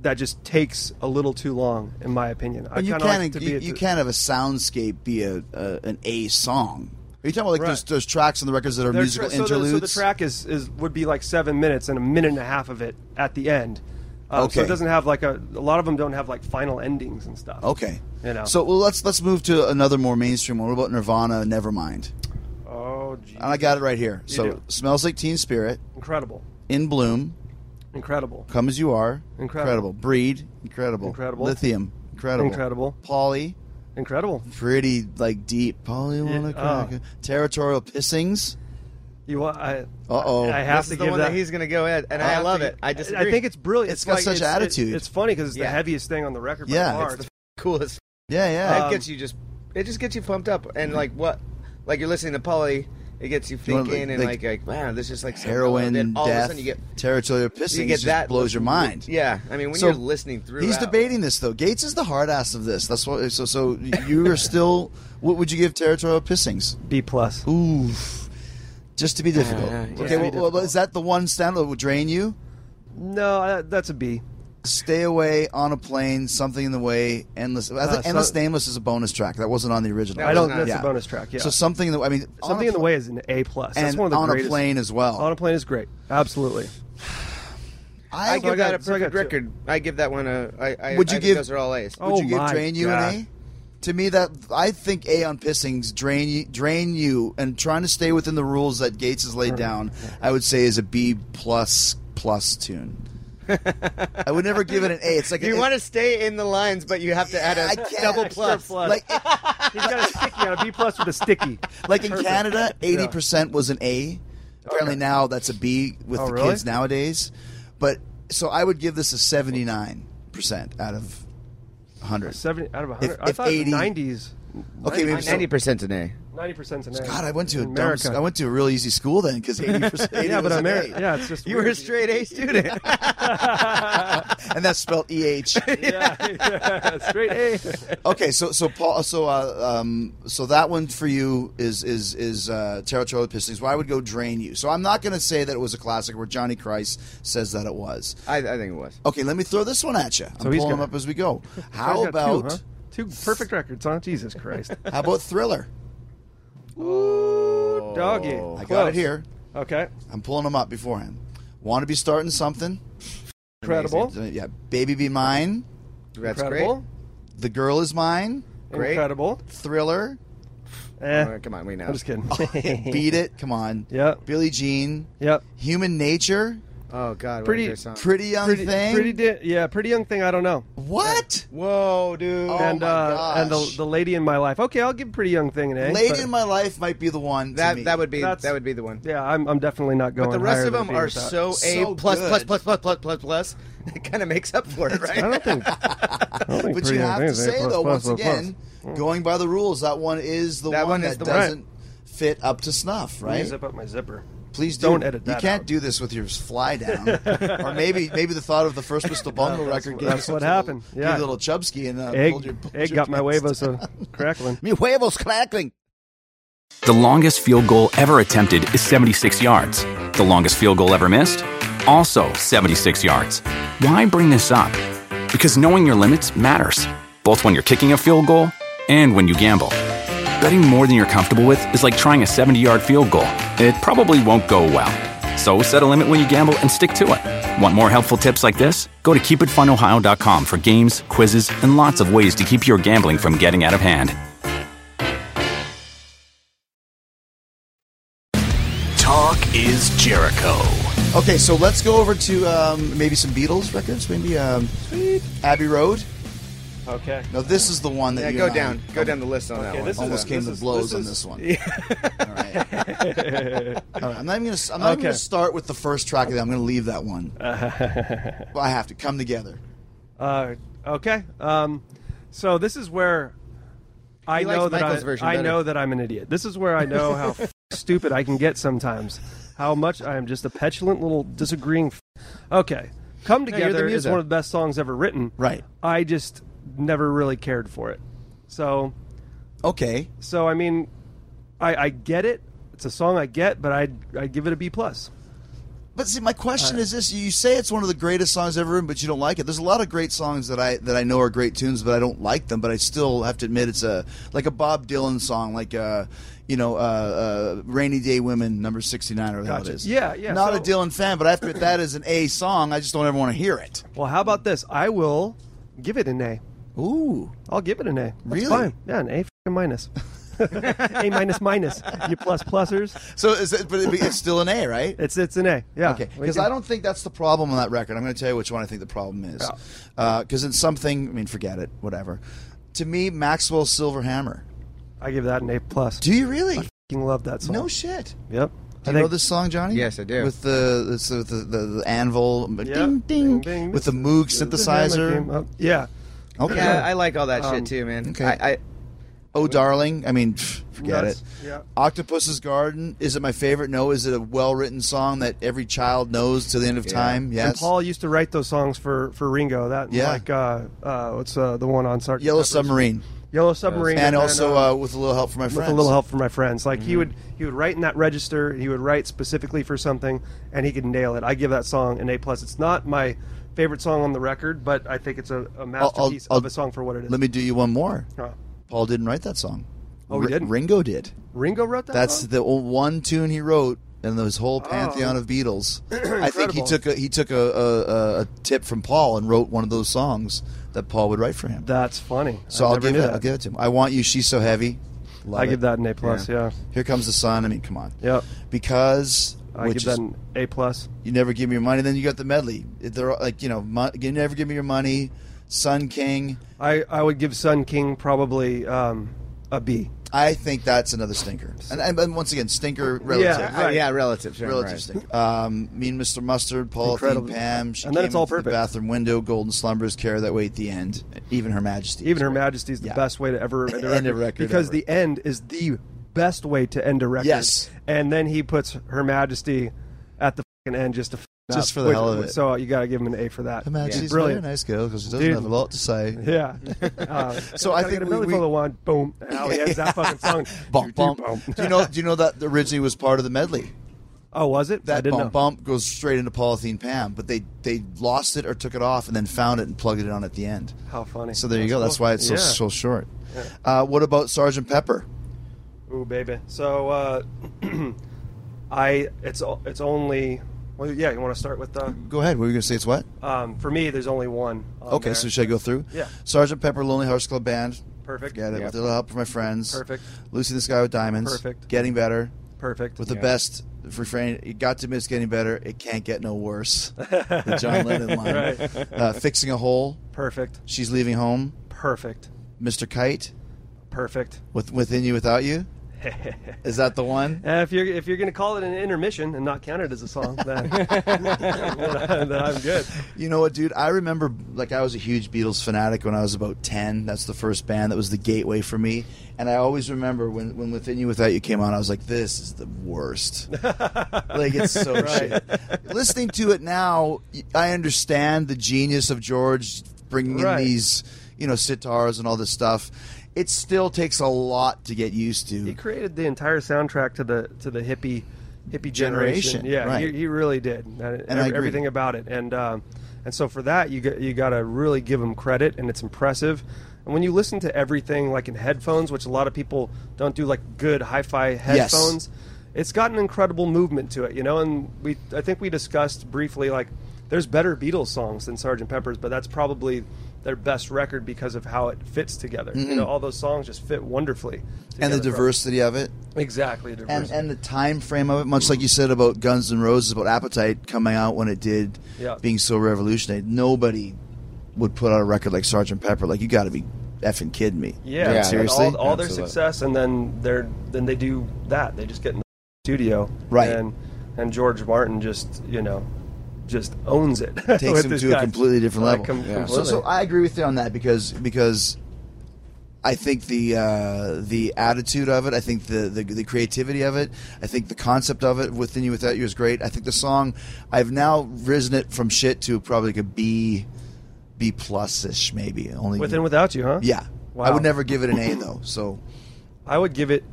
Speaker 9: that just takes a little too long, in my opinion. I
Speaker 4: But you
Speaker 9: kinda
Speaker 4: can
Speaker 9: like to be
Speaker 4: you,
Speaker 9: at
Speaker 4: you
Speaker 9: the-
Speaker 4: can't have a soundscape be a, a an A song. Are you talking about like
Speaker 9: Right.
Speaker 4: those, those tracks on the records that are
Speaker 9: Their
Speaker 4: musical
Speaker 9: tra- so the-
Speaker 4: interludes?
Speaker 9: So the, track is, is would be like seven minutes, and a minute and a half of it at the end. Um, So
Speaker 4: Okay.
Speaker 9: it doesn't have like a. A lot of them don't have like final endings and stuff.
Speaker 4: Okay.
Speaker 9: You know.
Speaker 4: So well, let's let's move to another more mainstream one. What about Nirvana? Nevermind.
Speaker 9: Oh, gee.
Speaker 4: And I got it right here. so
Speaker 9: do.
Speaker 4: smells like Teen Spirit,
Speaker 9: incredible,
Speaker 4: In Bloom,
Speaker 9: incredible,
Speaker 4: Come as You Are,
Speaker 9: Incredible.
Speaker 4: Breed, incredible,
Speaker 9: Incredible.
Speaker 4: Lithium, incredible,
Speaker 9: Incredible.
Speaker 4: Polly,
Speaker 9: incredible.
Speaker 4: pretty like deep. Polly wanna
Speaker 9: oh.
Speaker 4: crack a- Territorial pissings.
Speaker 9: You want? I,
Speaker 4: Uh-oh.
Speaker 9: I have
Speaker 8: This
Speaker 9: to
Speaker 8: is the
Speaker 9: give
Speaker 8: one
Speaker 9: that.
Speaker 8: that, he's going to go at, and I,
Speaker 9: have
Speaker 8: love
Speaker 9: to-
Speaker 8: it. I disagree.
Speaker 9: I think it's brilliant.
Speaker 4: It's got such
Speaker 9: it's- it-
Speaker 4: attitude.
Speaker 9: it's funny because it's
Speaker 8: Yeah.
Speaker 9: the heaviest thing on the record.
Speaker 4: Yeah,
Speaker 9: by far.
Speaker 4: it's
Speaker 8: coolest.
Speaker 4: Yeah, yeah.
Speaker 8: That
Speaker 9: Um,
Speaker 8: gets you just. It just gets you pumped up, and like what, like you're listening to Polly, it gets you
Speaker 4: wanna,
Speaker 8: thinking,
Speaker 4: like-
Speaker 8: and
Speaker 4: like
Speaker 8: like, like wow, this is like
Speaker 9: uh,
Speaker 8: some
Speaker 4: Heroin,
Speaker 8: mellow, and then all
Speaker 4: death,
Speaker 8: of a sudden you get
Speaker 4: territorial pissings
Speaker 8: you get
Speaker 4: just
Speaker 8: that
Speaker 4: blows your mind.
Speaker 8: Yeah, I mean when
Speaker 4: So,
Speaker 8: you're listening through,
Speaker 4: He's debating this though. Gates is the hard ass of this. That's why. So, so you are still. What would you give territorial pissings?
Speaker 9: B plus.
Speaker 4: Oof. Just to be difficult.
Speaker 8: yeah, yeah.
Speaker 4: okay, well, well, is that the one sound that would drain you?
Speaker 9: No, I, that's a B.
Speaker 4: Stay away on a plane, something in the way, endless. I think
Speaker 9: Uh, so-
Speaker 4: endless nameless is a bonus track that wasn't on the original.
Speaker 8: That
Speaker 9: I don't.
Speaker 8: not-
Speaker 9: That's
Speaker 4: Yeah.
Speaker 9: a bonus track. Yeah.
Speaker 4: So something in the I mean on
Speaker 9: Something
Speaker 4: a
Speaker 9: in the
Speaker 4: pl-
Speaker 9: way is an A plus. That's
Speaker 4: and
Speaker 9: one of the
Speaker 4: on
Speaker 9: greatest.
Speaker 4: a plane as well.
Speaker 9: On a plane is great. Absolutely.
Speaker 8: I
Speaker 4: I,
Speaker 8: give that a
Speaker 9: so I got
Speaker 8: perfect
Speaker 9: two.
Speaker 8: record. I give that one a. I, I,
Speaker 4: Would you
Speaker 8: I think
Speaker 4: give-
Speaker 8: those are all A's.
Speaker 9: Oh.
Speaker 4: would you give
Speaker 9: my
Speaker 4: drain you
Speaker 9: God.
Speaker 4: an to me that I think A on pissings drain you, drain you and trying to stay within the rules that Gates has laid down. I would say is a B plus plus tune. I would never give it an A. It's like
Speaker 8: You
Speaker 4: it-
Speaker 8: want to stay in the lines, but you have to add
Speaker 4: I
Speaker 8: a
Speaker 4: can't.
Speaker 8: double
Speaker 4: Extra
Speaker 8: plus.
Speaker 4: like
Speaker 10: He's got a sticky on a B plus with a sticky.
Speaker 4: like in
Speaker 10: Perfect.
Speaker 4: Canada, eighty percent was an A. Apparently now that's a B with
Speaker 9: Oh,
Speaker 4: the
Speaker 9: really?
Speaker 4: kids nowadays. But so I would give this a seventy nine percent out of hundred.
Speaker 9: Seventy out of hundred. I
Speaker 4: if
Speaker 9: thought
Speaker 4: 80
Speaker 9: nineties.
Speaker 4: Okay, maybe so.
Speaker 8: Ninety percent an A.
Speaker 9: Ninety percent an A.
Speaker 4: God, I went to a
Speaker 9: In
Speaker 4: dumb
Speaker 9: America.
Speaker 4: sc- I went to a real easy school then because eighty percent.
Speaker 9: yeah, but
Speaker 4: an
Speaker 9: America.
Speaker 4: A.
Speaker 9: Yeah, it's just
Speaker 8: You were a
Speaker 9: weird.
Speaker 8: straight A student.
Speaker 4: and that's spelled E H.
Speaker 10: Yeah, yeah, straight A.
Speaker 4: Okay, so so Paul, so uh, um, so that one for you is is is uh, territorial pistons. Why would go drain you? So I'm not going to say that it was a classic where Johnny Christ says that it was.
Speaker 8: I, I think it was.
Speaker 4: Okay, let me throw this one at you. I'm
Speaker 9: he's
Speaker 4: pulling them
Speaker 9: got-
Speaker 4: up as we go.
Speaker 9: He's
Speaker 4: How
Speaker 9: got two,
Speaker 4: about
Speaker 9: huh? two perfect records? Huh? Jesus Christ,
Speaker 4: how about Thriller?
Speaker 9: doggy.
Speaker 4: Oh, I got
Speaker 9: Close.
Speaker 4: it here.
Speaker 9: Okay,
Speaker 4: I'm pulling them up beforehand. Want to be starting something?
Speaker 9: incredible,
Speaker 4: Yeah, baby be mine.
Speaker 8: That's
Speaker 9: incredible,
Speaker 4: The girl is mine.
Speaker 8: Great.
Speaker 9: incredible.
Speaker 4: Thriller.
Speaker 9: Eh,
Speaker 8: great. Oh, come on, we know.
Speaker 9: I'm just kidding.
Speaker 4: Beat it. Come on.
Speaker 9: Yep.
Speaker 4: Billie Jean.
Speaker 9: Yep.
Speaker 4: Human nature.
Speaker 8: Oh God, what a
Speaker 9: Pretty-
Speaker 8: great song.
Speaker 4: Pretty young
Speaker 9: Pretty,
Speaker 4: thing.
Speaker 9: pretty di- yeah, pretty young thing. I don't know.
Speaker 4: what?
Speaker 8: Whoa, dude.
Speaker 4: Oh
Speaker 9: and
Speaker 4: my
Speaker 9: uh, and the,
Speaker 4: gosh.
Speaker 9: the lady in my life. Okay, I'll give pretty young thing an A.
Speaker 4: Late
Speaker 9: but-
Speaker 4: in my life might be the one. to me.
Speaker 8: that that would be
Speaker 9: That's-
Speaker 8: that would be the one.
Speaker 9: Yeah, I'm, I'm definitely not going.
Speaker 8: But the rest
Speaker 9: higher
Speaker 8: of
Speaker 9: than
Speaker 8: them
Speaker 9: B
Speaker 8: are
Speaker 9: with that.
Speaker 8: so A
Speaker 4: So
Speaker 8: plus, plus
Speaker 4: good.
Speaker 8: plus plus plus plus plus. It kind of makes up for it, right?
Speaker 9: I don't think. I don't think
Speaker 4: But
Speaker 9: pretty
Speaker 4: you
Speaker 9: young
Speaker 4: have
Speaker 9: thing
Speaker 4: to
Speaker 9: is A
Speaker 4: say
Speaker 9: plus,
Speaker 4: though,
Speaker 9: plus,
Speaker 4: once
Speaker 9: plus, Hmm.
Speaker 4: again, going by the rules, that one is the
Speaker 8: That
Speaker 4: one
Speaker 8: one is
Speaker 4: that
Speaker 8: the one.
Speaker 4: doesn't fit up to snuff,
Speaker 9: Let me
Speaker 4: right?
Speaker 9: Zip up my zipper.
Speaker 4: Please do.
Speaker 9: uh, Don't edit
Speaker 4: You
Speaker 9: that
Speaker 4: can't
Speaker 9: out.
Speaker 4: do this with your fly down, or maybe maybe the thought of the first Mr. Bungle record. gave you
Speaker 9: that's what
Speaker 4: such a little-
Speaker 9: happened.
Speaker 4: gave you
Speaker 9: Yeah.
Speaker 4: a little chubsky and uh, pulled your,
Speaker 9: Egg,
Speaker 4: pulled
Speaker 9: egg
Speaker 4: your
Speaker 9: got my
Speaker 4: pants
Speaker 9: huevos a crackling.
Speaker 4: down. Mi huevos crackling.
Speaker 1: The longest field goal ever attempted is 76 yards. The longest field goal ever missed? Also 76 yards. Why bring this up? Because knowing your limits matters, both when you're kicking a field goal and when you gamble. Betting more than you're comfortable with is like trying a 70 yard field goal, it probably won't go well. So set a limit when you gamble and stick to it. Want more helpful tips like this? Go to keepitfunohio.com for games, quizzes, and lots of ways to keep your gambling from getting out of hand.
Speaker 7: Talk is Jericho.
Speaker 4: Okay, so let's go over to um, maybe some Beatles records, maybe um, Abbey Road.
Speaker 9: Okay.
Speaker 4: Now this is the one that
Speaker 8: Yeah,
Speaker 4: you
Speaker 8: go
Speaker 4: and I
Speaker 8: down, go down the list on that
Speaker 9: Okay,
Speaker 8: one.
Speaker 9: this is
Speaker 4: almost
Speaker 9: a-
Speaker 4: came
Speaker 9: this
Speaker 4: to
Speaker 9: is-
Speaker 4: blows
Speaker 9: this
Speaker 4: on
Speaker 9: is-
Speaker 4: this one. All, right. All right, I'm not even gonna. I'm not even
Speaker 9: Okay.
Speaker 4: gonna start with the first track of that. I'm gonna leave that one. Well, I have to come together.
Speaker 9: Uh, okay. Um, so this is where I
Speaker 8: He likes
Speaker 9: know that I,
Speaker 8: Michael's version
Speaker 9: I
Speaker 8: better.
Speaker 9: know that I'm an idiot. This is where I know how f- stupid I can get sometimes. How much I am just a petulant little disagreeing. F- okay, come
Speaker 8: you're the
Speaker 9: together is
Speaker 8: musa.
Speaker 9: one of the best songs ever written.
Speaker 4: Right.
Speaker 9: I just never really cared for it. So
Speaker 4: Okay.
Speaker 9: so I mean, I, I get it. It's a song I get, but I I give it a B plus.
Speaker 4: But see, my question is this: You say it's one of the greatest songs ever written, but you don't like it. There's a lot of great songs that I that I know are great tunes, but I don't like them. But I still have to admit it's a like a Bob Dylan song, like uh, you know, uh, uh, "Rainy Day Women" number sixty nine or that
Speaker 9: Gotcha.
Speaker 4: it is.
Speaker 9: Yeah, yeah,
Speaker 4: Not a
Speaker 9: so-
Speaker 4: Dylan fan, but I have to admit that is an A song. I just don't ever want to hear it.
Speaker 9: Well, how about this? I will give it an A.
Speaker 4: Ooh,
Speaker 9: I'll give it an A. That's
Speaker 4: Really?
Speaker 9: Fine. Yeah, an A f***ing minus. a minus minus. You plus plussers.
Speaker 4: so is it? But it, it's still an A, right?
Speaker 9: It's it's an A. Yeah.
Speaker 4: Okay,
Speaker 9: We
Speaker 4: because
Speaker 9: can-
Speaker 4: I don't think that's the problem on that record. I'm going to tell you which one I think the problem is. Because it's something, I mean, forget it, whatever. To me, Maxwell's Silver Hammer.
Speaker 9: I give that an A plus.
Speaker 4: Do you really?
Speaker 9: Fucking love that song.
Speaker 4: No shit.
Speaker 9: Yep.
Speaker 4: Do
Speaker 9: I
Speaker 4: you know
Speaker 9: think
Speaker 4: this song, Johnny?
Speaker 8: Yes, I do.
Speaker 4: With the it's with the, the, the anvil, but
Speaker 9: Yeah.
Speaker 4: ding, ding,
Speaker 9: Ding, ding.
Speaker 4: with the
Speaker 9: This
Speaker 4: Moog
Speaker 9: is the hammer
Speaker 4: synthesizer.
Speaker 9: game. Oh, yeah.
Speaker 4: Okay.
Speaker 8: yeah, I like all that
Speaker 9: Um,
Speaker 8: shit too, man.
Speaker 4: okay.
Speaker 8: I, I
Speaker 4: oh, darling. I mean, pff, forget
Speaker 9: Nuts.
Speaker 4: it.
Speaker 9: Yeah.
Speaker 4: Octopus's Garden. Is it my favorite? No. Is it a well-written song that every child knows to the end of time?
Speaker 9: And
Speaker 4: Yes.
Speaker 9: Paul used to write those songs for, for Ringo. That and
Speaker 4: Yeah.
Speaker 9: like uh, uh, what's uh, the one on Sark?
Speaker 4: Yellow Submarine,
Speaker 9: Yellow submarine.
Speaker 4: and
Speaker 9: then,
Speaker 4: also uh, with a little help from my
Speaker 9: with
Speaker 4: friends. Mm-hmm.
Speaker 9: a little help from my friends. Like he would he would write in that register, he would write specifically for something, and he could nail it. I give that song an A plus. It's not my favorite song on the record, but I think it's a, a masterpiece
Speaker 4: I'll-
Speaker 9: of a song for what it is.
Speaker 4: Let me do you one more.
Speaker 9: Oh.
Speaker 4: Paul didn't write that song.
Speaker 9: Oh, he didn't?
Speaker 4: Ringo did.
Speaker 9: Ringo wrote that.
Speaker 4: That's
Speaker 9: song?
Speaker 4: the o- one tune he wrote and his whole pantheon of Beatles. I think he
Speaker 9: Oh. Incredible.
Speaker 4: took a, he took a, a, a- a tip from Paul and wrote one of those songs that Paul would write for him.
Speaker 9: That's funny.
Speaker 4: so
Speaker 9: I
Speaker 4: I'll
Speaker 9: never
Speaker 4: give
Speaker 9: knew
Speaker 4: that,
Speaker 9: that.
Speaker 4: I'll give it to him. I want you. She's so heavy. Love
Speaker 9: I
Speaker 4: it.
Speaker 9: give that an A plus, yeah.
Speaker 4: Here comes the sun. I mean, come on.
Speaker 9: Yep.
Speaker 4: Because
Speaker 9: I
Speaker 4: which
Speaker 9: give
Speaker 4: is-
Speaker 9: that an A plus.
Speaker 4: you never give me your money. Then you got the medley. They're all- like you know, mon- you never give me your money. Sun King.
Speaker 9: I, I would give Sun King probably um, a B.
Speaker 4: I think that's another stinker. And, and, and once again, stinker relative.
Speaker 9: Yeah,
Speaker 8: Uh, yeah, relative. Sure,
Speaker 4: Relative
Speaker 8: right.
Speaker 4: stinker. Um, mean Mr. Mustard, Paul,
Speaker 9: Incredible.
Speaker 4: Pam. She
Speaker 9: And then
Speaker 4: came
Speaker 9: it's all
Speaker 4: in through The
Speaker 9: perfect.
Speaker 4: bathroom window, golden slumbers, care that way at the end. Even Her Majesty.
Speaker 9: Even Her Majesty's the
Speaker 4: Yeah.
Speaker 9: best way to ever end a record,
Speaker 4: End a record
Speaker 9: because
Speaker 4: ever.
Speaker 9: the end is the best way to end a record.
Speaker 4: Yes.
Speaker 9: and then he puts Her Majesty at the fucking end just to f-
Speaker 4: Just
Speaker 9: up,
Speaker 4: for the
Speaker 9: which-
Speaker 4: hell of it.
Speaker 9: So you got to give him an A for that.
Speaker 4: Her Majesty's a very
Speaker 9: brilliant.
Speaker 4: nice girl because she doesn't
Speaker 9: Dude.
Speaker 4: have a lot to say.
Speaker 9: Yeah. Uh,
Speaker 4: So I think
Speaker 9: get a
Speaker 4: we-
Speaker 9: belly
Speaker 4: we-
Speaker 9: full of wine. Boom. And How he ends that fucking song.
Speaker 4: Bump, bump. do you know? Do you know that originally was part of the medley?
Speaker 9: Oh, was it? I
Speaker 4: That
Speaker 9: didn't
Speaker 4: bump
Speaker 9: know.
Speaker 4: bump goes straight into Polythene Pam, but they they lost it or took it off and then found it and plugged it on at the end.
Speaker 9: How funny.
Speaker 4: So there you go. That's why it's so
Speaker 9: Yeah.
Speaker 4: so short. Uh, what about Sergeant Pepper?
Speaker 9: Ooh, baby. So uh, I it's o- it's only well yeah. You want to start with uh,
Speaker 4: Go ahead. What were you gonna say? It's what?
Speaker 9: um, for me? There's only one. on
Speaker 4: okay,
Speaker 9: there.
Speaker 4: so should I go through?
Speaker 9: Yeah.
Speaker 4: Sergeant Pepper, Lonely Hearts Club Band.
Speaker 9: Perfect.
Speaker 4: Get it
Speaker 9: Yeah.
Speaker 4: with a little help from my friends.
Speaker 9: Perfect.
Speaker 4: Lucy in the Sky with Diamonds.
Speaker 9: Perfect.
Speaker 4: Getting better
Speaker 9: perfect.
Speaker 4: with the best refrain. It got to miss getting better. It can't get no worse. the John Lennon line. Uh, fixing a hole.
Speaker 9: perfect,
Speaker 4: She's leaving home.
Speaker 9: perfect,
Speaker 4: Mr. Kite.
Speaker 9: perfect.
Speaker 4: With within you, without you. Is that the one?
Speaker 9: Uh, if you're if you're gonna call it an intermission and not count it as a song, then, then I'm good.
Speaker 4: You know what, dude? I remember like I was a huge Beatles fanatic when I was about ten. That's the first band that was the gateway for me. And I always remember when, when Within You Without You came on, I was like, This is the worst. like it's so shit. Listening to it now, y- I understand the genius of George bringing
Speaker 9: Right.
Speaker 4: in these, you know, sitars and all this stuff. It still takes a lot to get used to.
Speaker 9: He created the entire soundtrack to the to the hippie hippie
Speaker 4: Generation,
Speaker 9: generation. Yeah,
Speaker 4: right.
Speaker 9: he, he really did, and,
Speaker 4: And I agree.
Speaker 9: everything about it. And um, and so for that, you got, you got to really give him credit, and it's impressive. And when you listen to everything like in headphones, which a lot of people don't do, like good hi-fi headphones, it's got an incredible movement to it, you know. And we I think we discussed briefly like there's better Beatles songs than Sgt. Pepper's, but that's probably their best record because of how it fits together. You know, all those songs just fit wonderfully.
Speaker 4: Mm-hmm. and the
Speaker 9: together for-
Speaker 4: diversity of it.
Speaker 9: Exactly. the
Speaker 4: and
Speaker 9: diversity.
Speaker 4: and the time frame of it, much like you said about Guns N' Roses, about Appetite coming out when it did,
Speaker 9: Yeah.
Speaker 4: being so revolutionary. Nobody would put out a record like Sgt. Pepper. Like you got to be effing kidding me.
Speaker 9: yeah,
Speaker 8: Yeah,
Speaker 9: and
Speaker 4: seriously?
Speaker 9: all, all their
Speaker 8: Absolutely.
Speaker 9: success, and then they're then they do that. They just get in the studio,
Speaker 4: Right.
Speaker 9: And and George Martin just you know just owns it.
Speaker 4: Takes them to a completely different level. So,
Speaker 9: completely.
Speaker 4: so I agree with you on that because because I think the uh, the attitude of it, I think the, the the creativity of it, I think the concept of it within you without you is great. I think the song I've now risen it from shit to probably like a B B plus ish maybe only
Speaker 9: with and without you, huh?
Speaker 4: Yeah.
Speaker 9: Wow.
Speaker 4: I would never give it an A though. So
Speaker 9: I would give it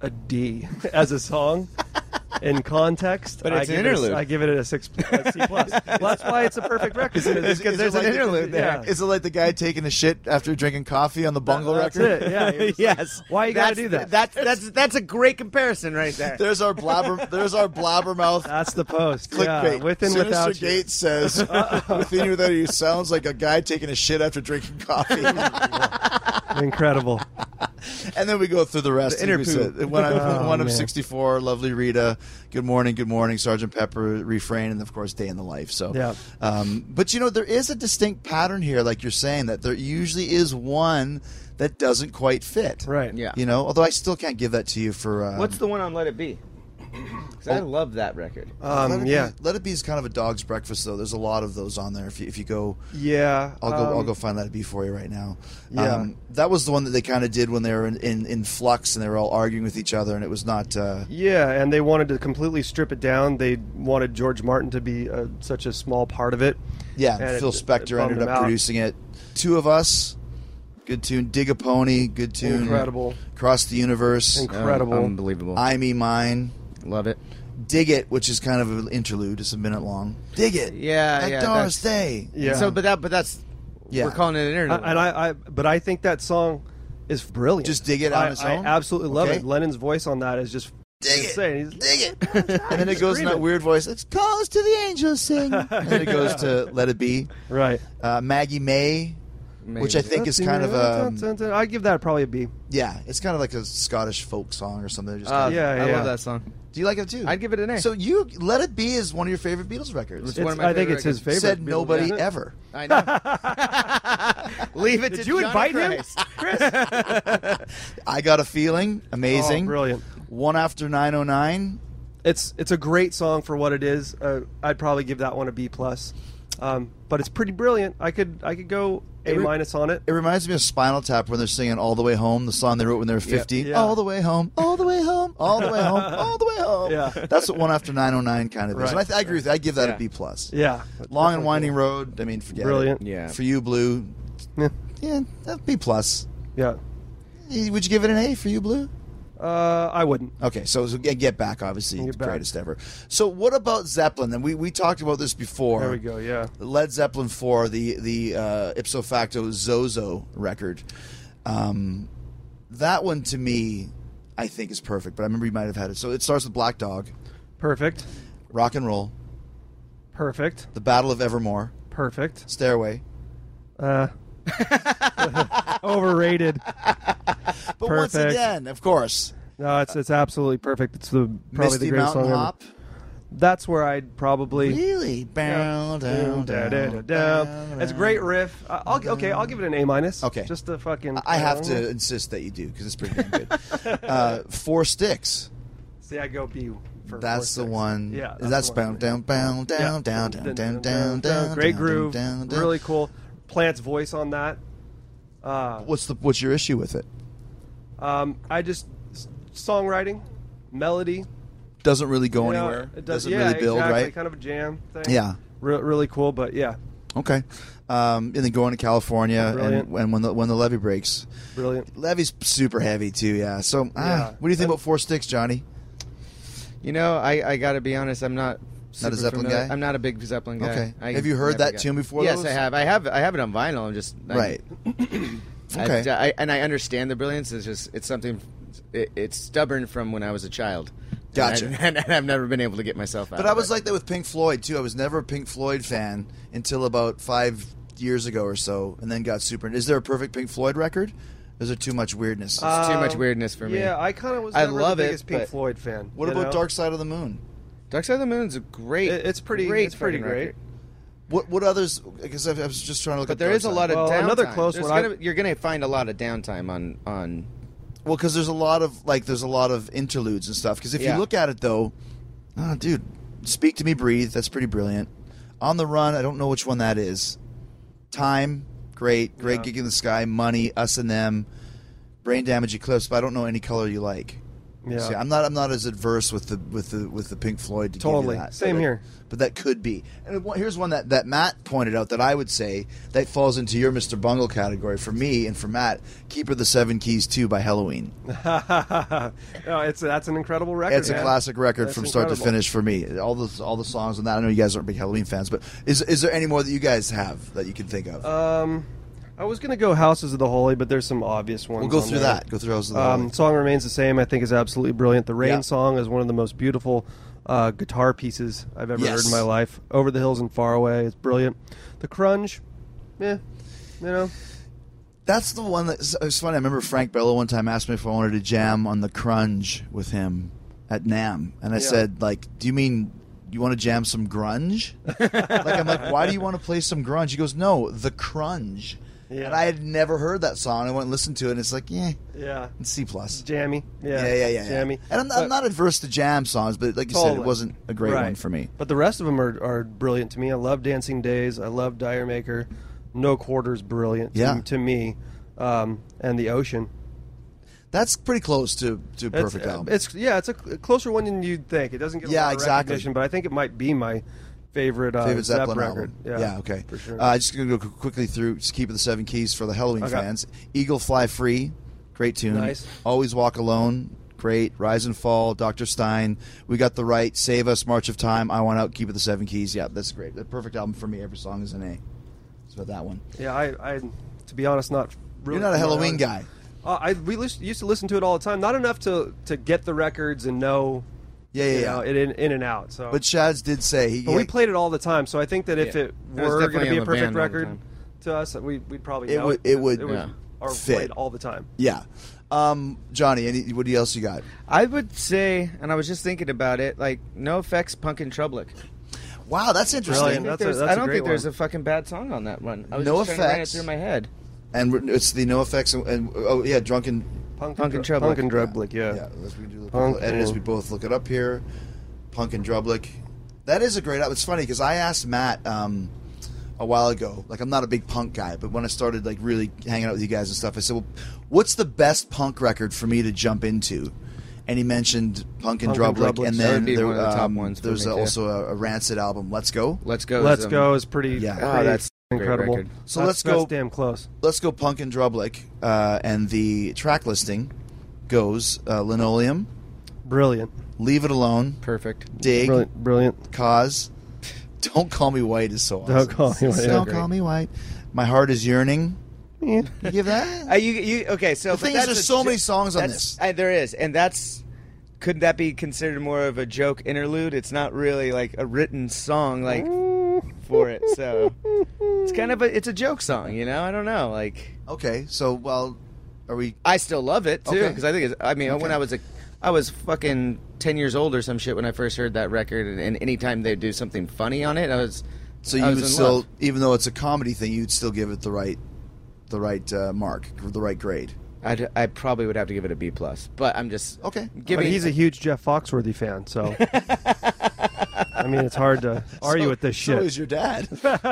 Speaker 9: a D as a song. In context,
Speaker 8: But
Speaker 9: I
Speaker 8: it's an
Speaker 9: give it a-
Speaker 8: interlude.
Speaker 9: I give it a six a C plus. well, that's why it's a perfect record. It's 'cause
Speaker 8: there's
Speaker 9: it's
Speaker 8: an
Speaker 9: like-
Speaker 8: interlude there.
Speaker 9: yeah.
Speaker 4: is it like the guy taking a shit after drinking coffee on the bungle
Speaker 9: That's
Speaker 4: record?
Speaker 9: it. Yeah. it was like,
Speaker 8: yes.
Speaker 9: why you gotta
Speaker 8: That's-
Speaker 9: do that?
Speaker 8: That's that's that's a great comparison right there.
Speaker 4: There's our blabber. There's our blabbermouth.
Speaker 9: That's the post.
Speaker 4: Clickbait.
Speaker 9: Yeah, with and
Speaker 4: Sinister
Speaker 9: without you.
Speaker 4: Gates says, "Within you, without you," sounds like a guy taking a shit after drinking coffee, and
Speaker 9: Incredible.
Speaker 4: then we go through the rest.
Speaker 8: The
Speaker 4: like we
Speaker 8: interpoop.
Speaker 4: said. One of,
Speaker 9: Oh,
Speaker 4: one of
Speaker 9: man.
Speaker 4: sixty-four. Lovely Rita. Good morning. Good morning. Sergeant Pepper. Refrain, and of course, Day in the Life. So,
Speaker 9: Yeah.
Speaker 4: Um, but you know, there is a distinct pattern here, like you're saying, that there usually is one that doesn't quite fit.
Speaker 9: Right.
Speaker 8: Yeah.
Speaker 4: You know, although I still can't give that to you for um,
Speaker 8: What's the one on Let It Be? 'Cause
Speaker 9: Oh.
Speaker 8: I love that record.
Speaker 4: Let It
Speaker 9: Um,
Speaker 4: Be-
Speaker 9: yeah.
Speaker 4: Let It Be is kind of a dog's breakfast, though. There's a lot of those on there. If you, if you go,
Speaker 9: Yeah.
Speaker 4: I'll go. I'll
Speaker 9: um,
Speaker 4: go find Let It Be for you right now. Um,
Speaker 9: Yeah.
Speaker 4: that was the one that they kind of did when they were in, in, in flux and they were all arguing with each other, and it was not. Uh,
Speaker 9: Yeah, and they wanted to completely strip it down. They wanted George Martin to be uh such a small part of it.
Speaker 4: yeah,
Speaker 9: And it-
Speaker 4: Phil
Speaker 9: it
Speaker 4: Spector
Speaker 9: bummed
Speaker 4: ended
Speaker 9: him
Speaker 4: up
Speaker 9: out.
Speaker 4: producing it. Two of us, good tune. Dig a pony, good tune.
Speaker 9: Incredible.
Speaker 4: Cross the universe.
Speaker 9: Incredible.
Speaker 8: Unbelievable.
Speaker 4: I me mine.
Speaker 8: love it.
Speaker 4: Dig it, which is kind of an interlude. It's a minute long. Dig it.
Speaker 8: Yeah,
Speaker 4: That
Speaker 8: yeah,
Speaker 4: Doris
Speaker 8: that's-
Speaker 4: Day.
Speaker 9: yeah.
Speaker 8: So, but that but that's
Speaker 4: Yeah.
Speaker 8: we're calling it an
Speaker 9: I-
Speaker 8: interlude.
Speaker 9: and I, I, but I think that song is brilliant.
Speaker 4: Just dig it on
Speaker 9: I,
Speaker 4: its
Speaker 9: I
Speaker 4: own?
Speaker 9: absolutely love
Speaker 4: Okay.
Speaker 9: it. Lennon's voice on that is just
Speaker 11: Dig it.
Speaker 9: insane. He's-
Speaker 11: Dig it.
Speaker 4: and then it goes in that weird voice. It's calls to the angels sing. and then it goes to Let It Be.
Speaker 9: Right.
Speaker 4: Uh, Maggie May, which I think is kind of a
Speaker 9: I give that probably a B.
Speaker 4: yeah, it's kind of like a Scottish folk song or something. Just
Speaker 8: Uh,
Speaker 4: kinda-
Speaker 9: yeah,
Speaker 8: I
Speaker 9: yeah.
Speaker 8: love that song.
Speaker 4: do you like it too?
Speaker 8: I'd give it an A.
Speaker 4: So you Let It Be is one of your favorite Beatles records.
Speaker 8: It's one of
Speaker 9: It's-
Speaker 8: my
Speaker 9: I think
Speaker 8: favorite
Speaker 9: it's his
Speaker 8: records.
Speaker 9: favorite.
Speaker 4: Said
Speaker 9: Beatles
Speaker 4: nobody
Speaker 9: record.
Speaker 4: ever.
Speaker 8: I know. Leave it
Speaker 9: Did
Speaker 8: to
Speaker 9: you
Speaker 8: Johnny
Speaker 9: invite him?
Speaker 8: Christ.
Speaker 4: I got a feeling, amazing,
Speaker 9: Oh, brilliant.
Speaker 4: One after nine oh nine.
Speaker 9: It's it's a great song for what it is. Uh, I'd probably give that one a B plus, um, but it's pretty brilliant. I could I could go A
Speaker 4: re-
Speaker 9: minus on it.
Speaker 4: It reminds me of Spinal Tap when they're singing "All the Way Home," the song they wrote when they were fifty.
Speaker 9: Yeah.
Speaker 4: All the way home, all the way home, all the way home, all the way home.
Speaker 9: Yeah.
Speaker 4: that's what one after nine oh nine kind of is.
Speaker 9: Right.
Speaker 4: And I, th- I agree with you. I give that a
Speaker 8: Yeah.
Speaker 4: B plus.
Speaker 9: Yeah,
Speaker 4: Long and winding road. I mean, forget
Speaker 9: Brilliant.
Speaker 4: It.
Speaker 8: Yeah.
Speaker 4: For you, Blue.
Speaker 9: Yeah.
Speaker 4: Yeah, that B plus.
Speaker 9: yeah.
Speaker 4: Eh, Would you give it an A for you, Blue?
Speaker 9: Uh, I wouldn't.
Speaker 4: Okay, so, so get, get back, obviously,
Speaker 9: Get
Speaker 4: the
Speaker 9: Back.
Speaker 4: greatest ever. So what about Zeppelin? And we, we talked about this before.
Speaker 9: There we go. Yeah.
Speaker 4: Led Zeppelin four, the the uh, ipso facto Zozo record. Um, that one to me, I think is perfect. But I remember you might have had it. So it starts with Black Dog,
Speaker 9: Perfect.
Speaker 4: Rock and Roll,
Speaker 9: Perfect.
Speaker 4: The Battle of Evermore,
Speaker 9: Perfect.
Speaker 4: Stairway.
Speaker 9: Uh, overrated.
Speaker 4: But once
Speaker 9: Perfect.
Speaker 4: again, of course,
Speaker 9: No, it's it's absolutely perfect. It's the probably
Speaker 4: Misty
Speaker 9: the greatest
Speaker 4: Mountain
Speaker 9: song ever.
Speaker 4: Hop.
Speaker 9: That's where I'd probably.
Speaker 4: Really, bow down, down, down, down.
Speaker 9: It's a great riff. I- I'll gi- okay. I'll give it an A minus.
Speaker 4: Okay.
Speaker 9: Just the fucking.
Speaker 4: I have to insist that you do because it's pretty damn good. uh, four sticks.
Speaker 9: See, I go B. For
Speaker 4: That's
Speaker 9: four
Speaker 4: the
Speaker 9: six.
Speaker 4: one.
Speaker 9: Yeah.
Speaker 4: that's
Speaker 9: the one.
Speaker 4: bound down, bound down, down, down, down, down, down.
Speaker 9: Great
Speaker 4: down,
Speaker 9: groove.
Speaker 4: down, down.
Speaker 9: Really cool. Plant's voice on that. Uh,
Speaker 4: What's the what's your issue with it?
Speaker 9: um, I just s- songwriting, melody.
Speaker 4: Doesn't really go
Speaker 9: you know,
Speaker 4: anywhere.
Speaker 9: It
Speaker 4: does,
Speaker 9: does,
Speaker 4: not
Speaker 9: yeah,
Speaker 4: really build,
Speaker 9: exactly,
Speaker 4: right?
Speaker 9: Kind of a jam thing.
Speaker 4: Yeah.
Speaker 9: Re- really cool, but yeah,
Speaker 4: Okay. Um, and then going to California
Speaker 9: Brilliant.
Speaker 4: and, and when the when the levee breaks.
Speaker 9: brilliant.
Speaker 4: Levee's super heavy too, yeah. So ah,
Speaker 9: Yeah.
Speaker 4: what do you think about four sticks, Johnny?
Speaker 8: You know, I, I gotta be honest. I'm
Speaker 4: Not
Speaker 8: not
Speaker 4: a
Speaker 8: super
Speaker 4: Zeppelin
Speaker 8: familiar-
Speaker 4: guy?
Speaker 8: I'm not a big Zeppelin guy.
Speaker 4: Okay.
Speaker 8: I
Speaker 4: Have you heard
Speaker 8: never
Speaker 4: that tune before,
Speaker 8: Yes,
Speaker 4: those?
Speaker 8: I have. I have. I have it on vinyl. I'm just I-
Speaker 4: Right.
Speaker 8: I-
Speaker 4: Okay.
Speaker 9: uh,
Speaker 8: I, and I understand the brilliance. It's just it's something. It, it's stubborn from when I was a child. And
Speaker 4: Gotcha.
Speaker 8: I- And, I've never been able to get myself out.
Speaker 4: But
Speaker 8: of
Speaker 4: I was
Speaker 8: it.
Speaker 4: like that with Pink Floyd too. I was never a Pink Floyd fan until about five years ago or so, and then got super. Is there a perfect Pink Floyd record? Is there too much weirdness?
Speaker 8: It's too much
Speaker 9: Um,
Speaker 8: weirdness for me.
Speaker 9: Yeah, I kind of was.
Speaker 8: I
Speaker 9: never
Speaker 8: love
Speaker 9: the
Speaker 8: it,
Speaker 9: biggest Pink
Speaker 8: but-
Speaker 9: Floyd fan.
Speaker 4: what
Speaker 9: you
Speaker 4: about
Speaker 9: know?
Speaker 4: Dark Side of the Moon?
Speaker 8: Dark Side of the Moon's a great.
Speaker 9: It- it's pretty.
Speaker 8: Great
Speaker 9: it's pretty
Speaker 8: fucking
Speaker 9: great.
Speaker 8: record.
Speaker 4: What what others? Because I, I was just trying to look.
Speaker 8: But
Speaker 4: up
Speaker 8: there
Speaker 4: Dark
Speaker 8: is a
Speaker 4: Side.
Speaker 8: lot of
Speaker 9: Well,
Speaker 8: downtime.
Speaker 9: another close
Speaker 8: There's
Speaker 9: one I-
Speaker 8: Gonna, you're gonna find a lot of downtime on on.
Speaker 4: Well, because there's a lot of like there's a lot of interludes and stuff. Because if
Speaker 8: Yeah.
Speaker 4: you look at it though, oh, dude, Speak to Me, Breathe. That's pretty brilliant. On the Run. I don't know which one that is. Time. Great. Great
Speaker 9: Yeah.
Speaker 4: gig in the sky. Money. Us and them. Brain damage eclipse. But I don't know any color you like.
Speaker 9: Yeah.
Speaker 4: See, I'm not. I'm not as adverse with the with the with the Pink Floyd. To give you
Speaker 9: Totally.
Speaker 4: that.
Speaker 9: Same
Speaker 4: But-
Speaker 9: here.
Speaker 4: But that could be. And one- here's one that that Matt pointed out that I would say that falls into your Mr. Bungle category for me and for Matt. Keeper the Seven Keys Two by Halloween.
Speaker 9: no, it's that's an incredible record.
Speaker 4: It's a
Speaker 9: man.
Speaker 4: classic record
Speaker 9: That's
Speaker 4: from start to
Speaker 9: incredible.
Speaker 4: finish for me. All the all the songs on that. I know you guys aren't big Halloween fans, but is is there any more that you guys have that you can think of?
Speaker 9: Um, I was gonna go Houses of the Holy, but there's some obvious ones.
Speaker 4: we'll go
Speaker 9: on
Speaker 4: through
Speaker 9: there.
Speaker 4: that. Go through those.
Speaker 9: Um, song remains the same. I think is absolutely brilliant. The rain
Speaker 4: Yeah.
Speaker 9: song is one of the most beautiful uh, guitar pieces I've ever heard
Speaker 4: Yes.
Speaker 9: in my life. Over the hills and far away, it's brilliant. The crunch, yeah, you know,
Speaker 4: That's the one that it's funny. I remember Frank Bello one time asked me if I wanted to jam on the grunge with him at Nam, and I said, like, do you mean you want to jam some grunge? like, I'm like, why do you want to play some grunge? He goes, no, the crunge.
Speaker 9: Yeah.
Speaker 4: And I had never heard that song. I went and listened to it, and it's like, yeah,
Speaker 9: yeah,
Speaker 4: it's C plus.
Speaker 9: jammy,
Speaker 4: Yeah,
Speaker 9: yeah,
Speaker 4: yeah, yeah, yeah.
Speaker 9: jammy.
Speaker 4: And I'm, I'm
Speaker 9: But-
Speaker 4: not adverse to jam songs, but like you said, it
Speaker 9: Totally.
Speaker 4: wasn't a great
Speaker 9: Right.
Speaker 4: one for me.
Speaker 9: But the rest of them are, are brilliant to me. I love Dancing Days. I love Dire Maker. No Quarters, brilliant to-
Speaker 4: Yeah.
Speaker 9: to, me. Um, and The Ocean.
Speaker 4: That's pretty close to to
Speaker 9: It's-
Speaker 4: perfect album.
Speaker 9: uh, It's yeah, it's a cl- closer one than you'd think. It doesn't get a
Speaker 4: Yeah,
Speaker 9: lot of
Speaker 4: exactly.
Speaker 9: recognition, but I think it might be my favorite uh,
Speaker 4: David
Speaker 9: Zepp
Speaker 4: Zeppelin
Speaker 9: record.
Speaker 4: album.
Speaker 9: Yeah,
Speaker 4: okay.
Speaker 9: for sure.
Speaker 4: Uh, just gonna go qu- quickly through. Just keep the seven keys for the Halloween
Speaker 9: Okay.
Speaker 4: fans. Eagle Fly Free, great tune.
Speaker 9: Nice.
Speaker 4: Always Walk Alone, great. Rise and Fall, Doctor Stein. We got the right. Save Us, March of Time. I Want Out. Keep it the seven keys. Yeah, that's great. The perfect album for me. Every song is an A. It's about that one.
Speaker 9: yeah, I, I to be honest, not really
Speaker 4: You're not a
Speaker 9: familiar
Speaker 4: Halloween
Speaker 9: with-
Speaker 4: guy.
Speaker 9: Uh, I we lis- used to listen to it all the time. Not enough to to get the records and know.
Speaker 4: Yeah, yeah,
Speaker 9: you
Speaker 4: yeah.
Speaker 9: know, it in, in and out. So,
Speaker 4: But Shaz did say he.
Speaker 9: But we played it all the time. So I think that if
Speaker 4: Yeah.
Speaker 9: it
Speaker 4: It was
Speaker 9: were going
Speaker 4: definitely
Speaker 9: to
Speaker 4: on
Speaker 9: be a
Speaker 4: the
Speaker 9: perfect
Speaker 4: band all the
Speaker 9: record
Speaker 4: time.
Speaker 9: to us, we we'd probably
Speaker 4: It
Speaker 9: know
Speaker 4: would- it would-
Speaker 9: it was
Speaker 4: yeah.
Speaker 9: or
Speaker 4: fit.
Speaker 9: played all the time.
Speaker 4: Yeah. Um, Johnny, any, what else you got?
Speaker 8: I would say, and I was just thinking about it, like No Effects, Punk and Troublic.
Speaker 4: Wow, that's interesting.
Speaker 8: I, don't think there's- I don't think there's a fucking bad song on that one. I was
Speaker 4: No
Speaker 8: just trying to run it
Speaker 4: Effects.
Speaker 8: through my head.
Speaker 4: And we're- it's the no effects and, and oh yeah, drunken
Speaker 9: punk,
Speaker 8: Punk and Dru- Drublic. Punk and Drublic,
Speaker 4: yeah. Yeah, as we do the and as we both look it up here, punk and drublick. That is a great. It's funny because I asked Matt um, a while ago. Like I'm not a big punk guy, but when I started like really hanging out with you guys and stuff, I said, "Well, what's the best punk record for me to jump into?" And he mentioned Punk and
Speaker 8: Punk and
Speaker 4: Drublick,
Speaker 8: Drublick.
Speaker 4: and
Speaker 8: That would
Speaker 4: then
Speaker 8: be
Speaker 4: there,
Speaker 8: one of the top
Speaker 4: um,
Speaker 8: ones for
Speaker 4: there's
Speaker 8: me, too.
Speaker 4: also a, a Rancid album, Let's Go.
Speaker 8: Let's Go Oh,
Speaker 9: Let's Go is pretty.
Speaker 4: Yeah.
Speaker 9: pretty
Speaker 4: Ah, um, that's a great
Speaker 9: incredible.
Speaker 4: record. So
Speaker 9: That's-
Speaker 4: let's go-
Speaker 9: That's damn close.
Speaker 4: Let's go Punk and Drublick, uh, and the track listing goes uh, Linoleum,
Speaker 9: Brilliant.
Speaker 4: Leave It Alone,
Speaker 8: Perfect.
Speaker 4: Dig,
Speaker 9: Brilliant. Brilliant.
Speaker 4: Cause, Don't Call Me White is so awesome.
Speaker 9: Don't call me white.
Speaker 4: Don't
Speaker 9: Yeah.
Speaker 4: call me white. My heart is yearning. You give that?
Speaker 8: Uh, you, you, okay, so
Speaker 4: The
Speaker 8: but
Speaker 4: thing is,
Speaker 8: that's
Speaker 4: there's
Speaker 8: a
Speaker 4: so
Speaker 8: jo-
Speaker 4: many songs on
Speaker 8: that's-
Speaker 4: this.
Speaker 8: I, there is, and that's could that be considered more of a joke interlude? It's not really like a written song like for it, so it's kind of a it's a joke song, you know. I don't know, like
Speaker 4: Okay, so well, are we?
Speaker 8: I still love it too
Speaker 4: Okay.
Speaker 8: because I think it's. I mean, when
Speaker 4: Okay.
Speaker 8: I was a, I was fucking ten years old or some shit when I first heard that record, and, and anytime they do something funny on it, I was.
Speaker 4: So
Speaker 8: I
Speaker 4: you
Speaker 8: was
Speaker 4: would
Speaker 8: in
Speaker 4: still,
Speaker 8: love.
Speaker 4: even though it's a comedy thing, you'd still give it the right, the right uh, mark, the right grade.
Speaker 8: I'd, I probably would have to give it a B plus, but I'm just
Speaker 4: Okay.
Speaker 8: Giving
Speaker 9: but he's a huge Jeff Foxworthy fan, so I mean it's hard to argue
Speaker 4: So-
Speaker 9: with this
Speaker 4: Oh, So
Speaker 9: shit.
Speaker 4: is your dad,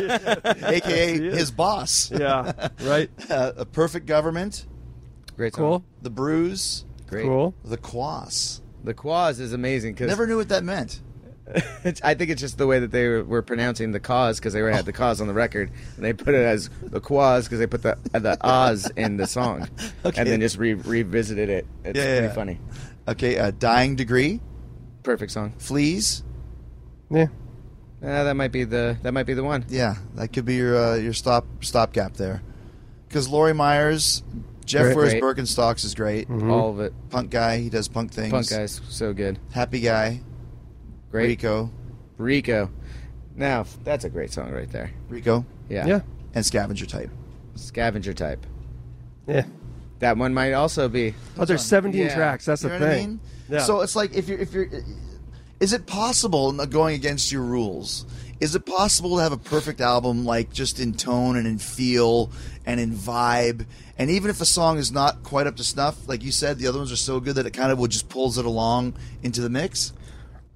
Speaker 4: aka his boss.
Speaker 9: yeah, right.
Speaker 4: Uh, a perfect government,
Speaker 8: great song.
Speaker 9: Cool.
Speaker 4: the bruise,
Speaker 8: Great.
Speaker 9: Cool.
Speaker 4: the quas.
Speaker 8: The Quaz is amazing because
Speaker 4: Never knew what that meant.
Speaker 8: It's, I think it's just the way that they were, were pronouncing the cause because they already had the cause on the record, and they put it as the quaz because they put the the oz in the song, and then just re- revisited it. It's
Speaker 4: Yeah, yeah,
Speaker 8: pretty
Speaker 4: yeah.
Speaker 8: funny.
Speaker 4: Okay, uh, dying degree,
Speaker 8: Perfect song.
Speaker 4: fleas.
Speaker 9: Yeah.
Speaker 8: Uh, that might be the that might be the one.
Speaker 4: Yeah, that could be your uh, your stop stopgap there, because Lori Myers, Jeff
Speaker 8: Great.
Speaker 4: wears
Speaker 8: Great.
Speaker 4: Birkenstocks is great.
Speaker 8: All of it.
Speaker 4: Punk guy, he does punk things.
Speaker 8: Punk guys, so good.
Speaker 4: Happy guy,
Speaker 8: Great. Rico.
Speaker 4: Rico,
Speaker 8: Now that's a great song right there.
Speaker 4: Rico,
Speaker 8: Yeah.
Speaker 9: Yeah.
Speaker 4: and scavenger type.
Speaker 8: Scavenger type.
Speaker 9: Yeah.
Speaker 8: That one might also be.
Speaker 9: But there's 17
Speaker 8: Yeah.
Speaker 9: tracks. That's
Speaker 4: You
Speaker 9: the
Speaker 4: know what I
Speaker 9: thing.
Speaker 4: mean?
Speaker 9: Yeah.
Speaker 4: So it's like if you're if you're, is it possible not going against your rules? Is it possible to have a perfect album like just in tone and in feel and in vibe? And even if a song is not quite up to snuff, like you said, the other ones are so good that it kind of will just pulls it along into the mix.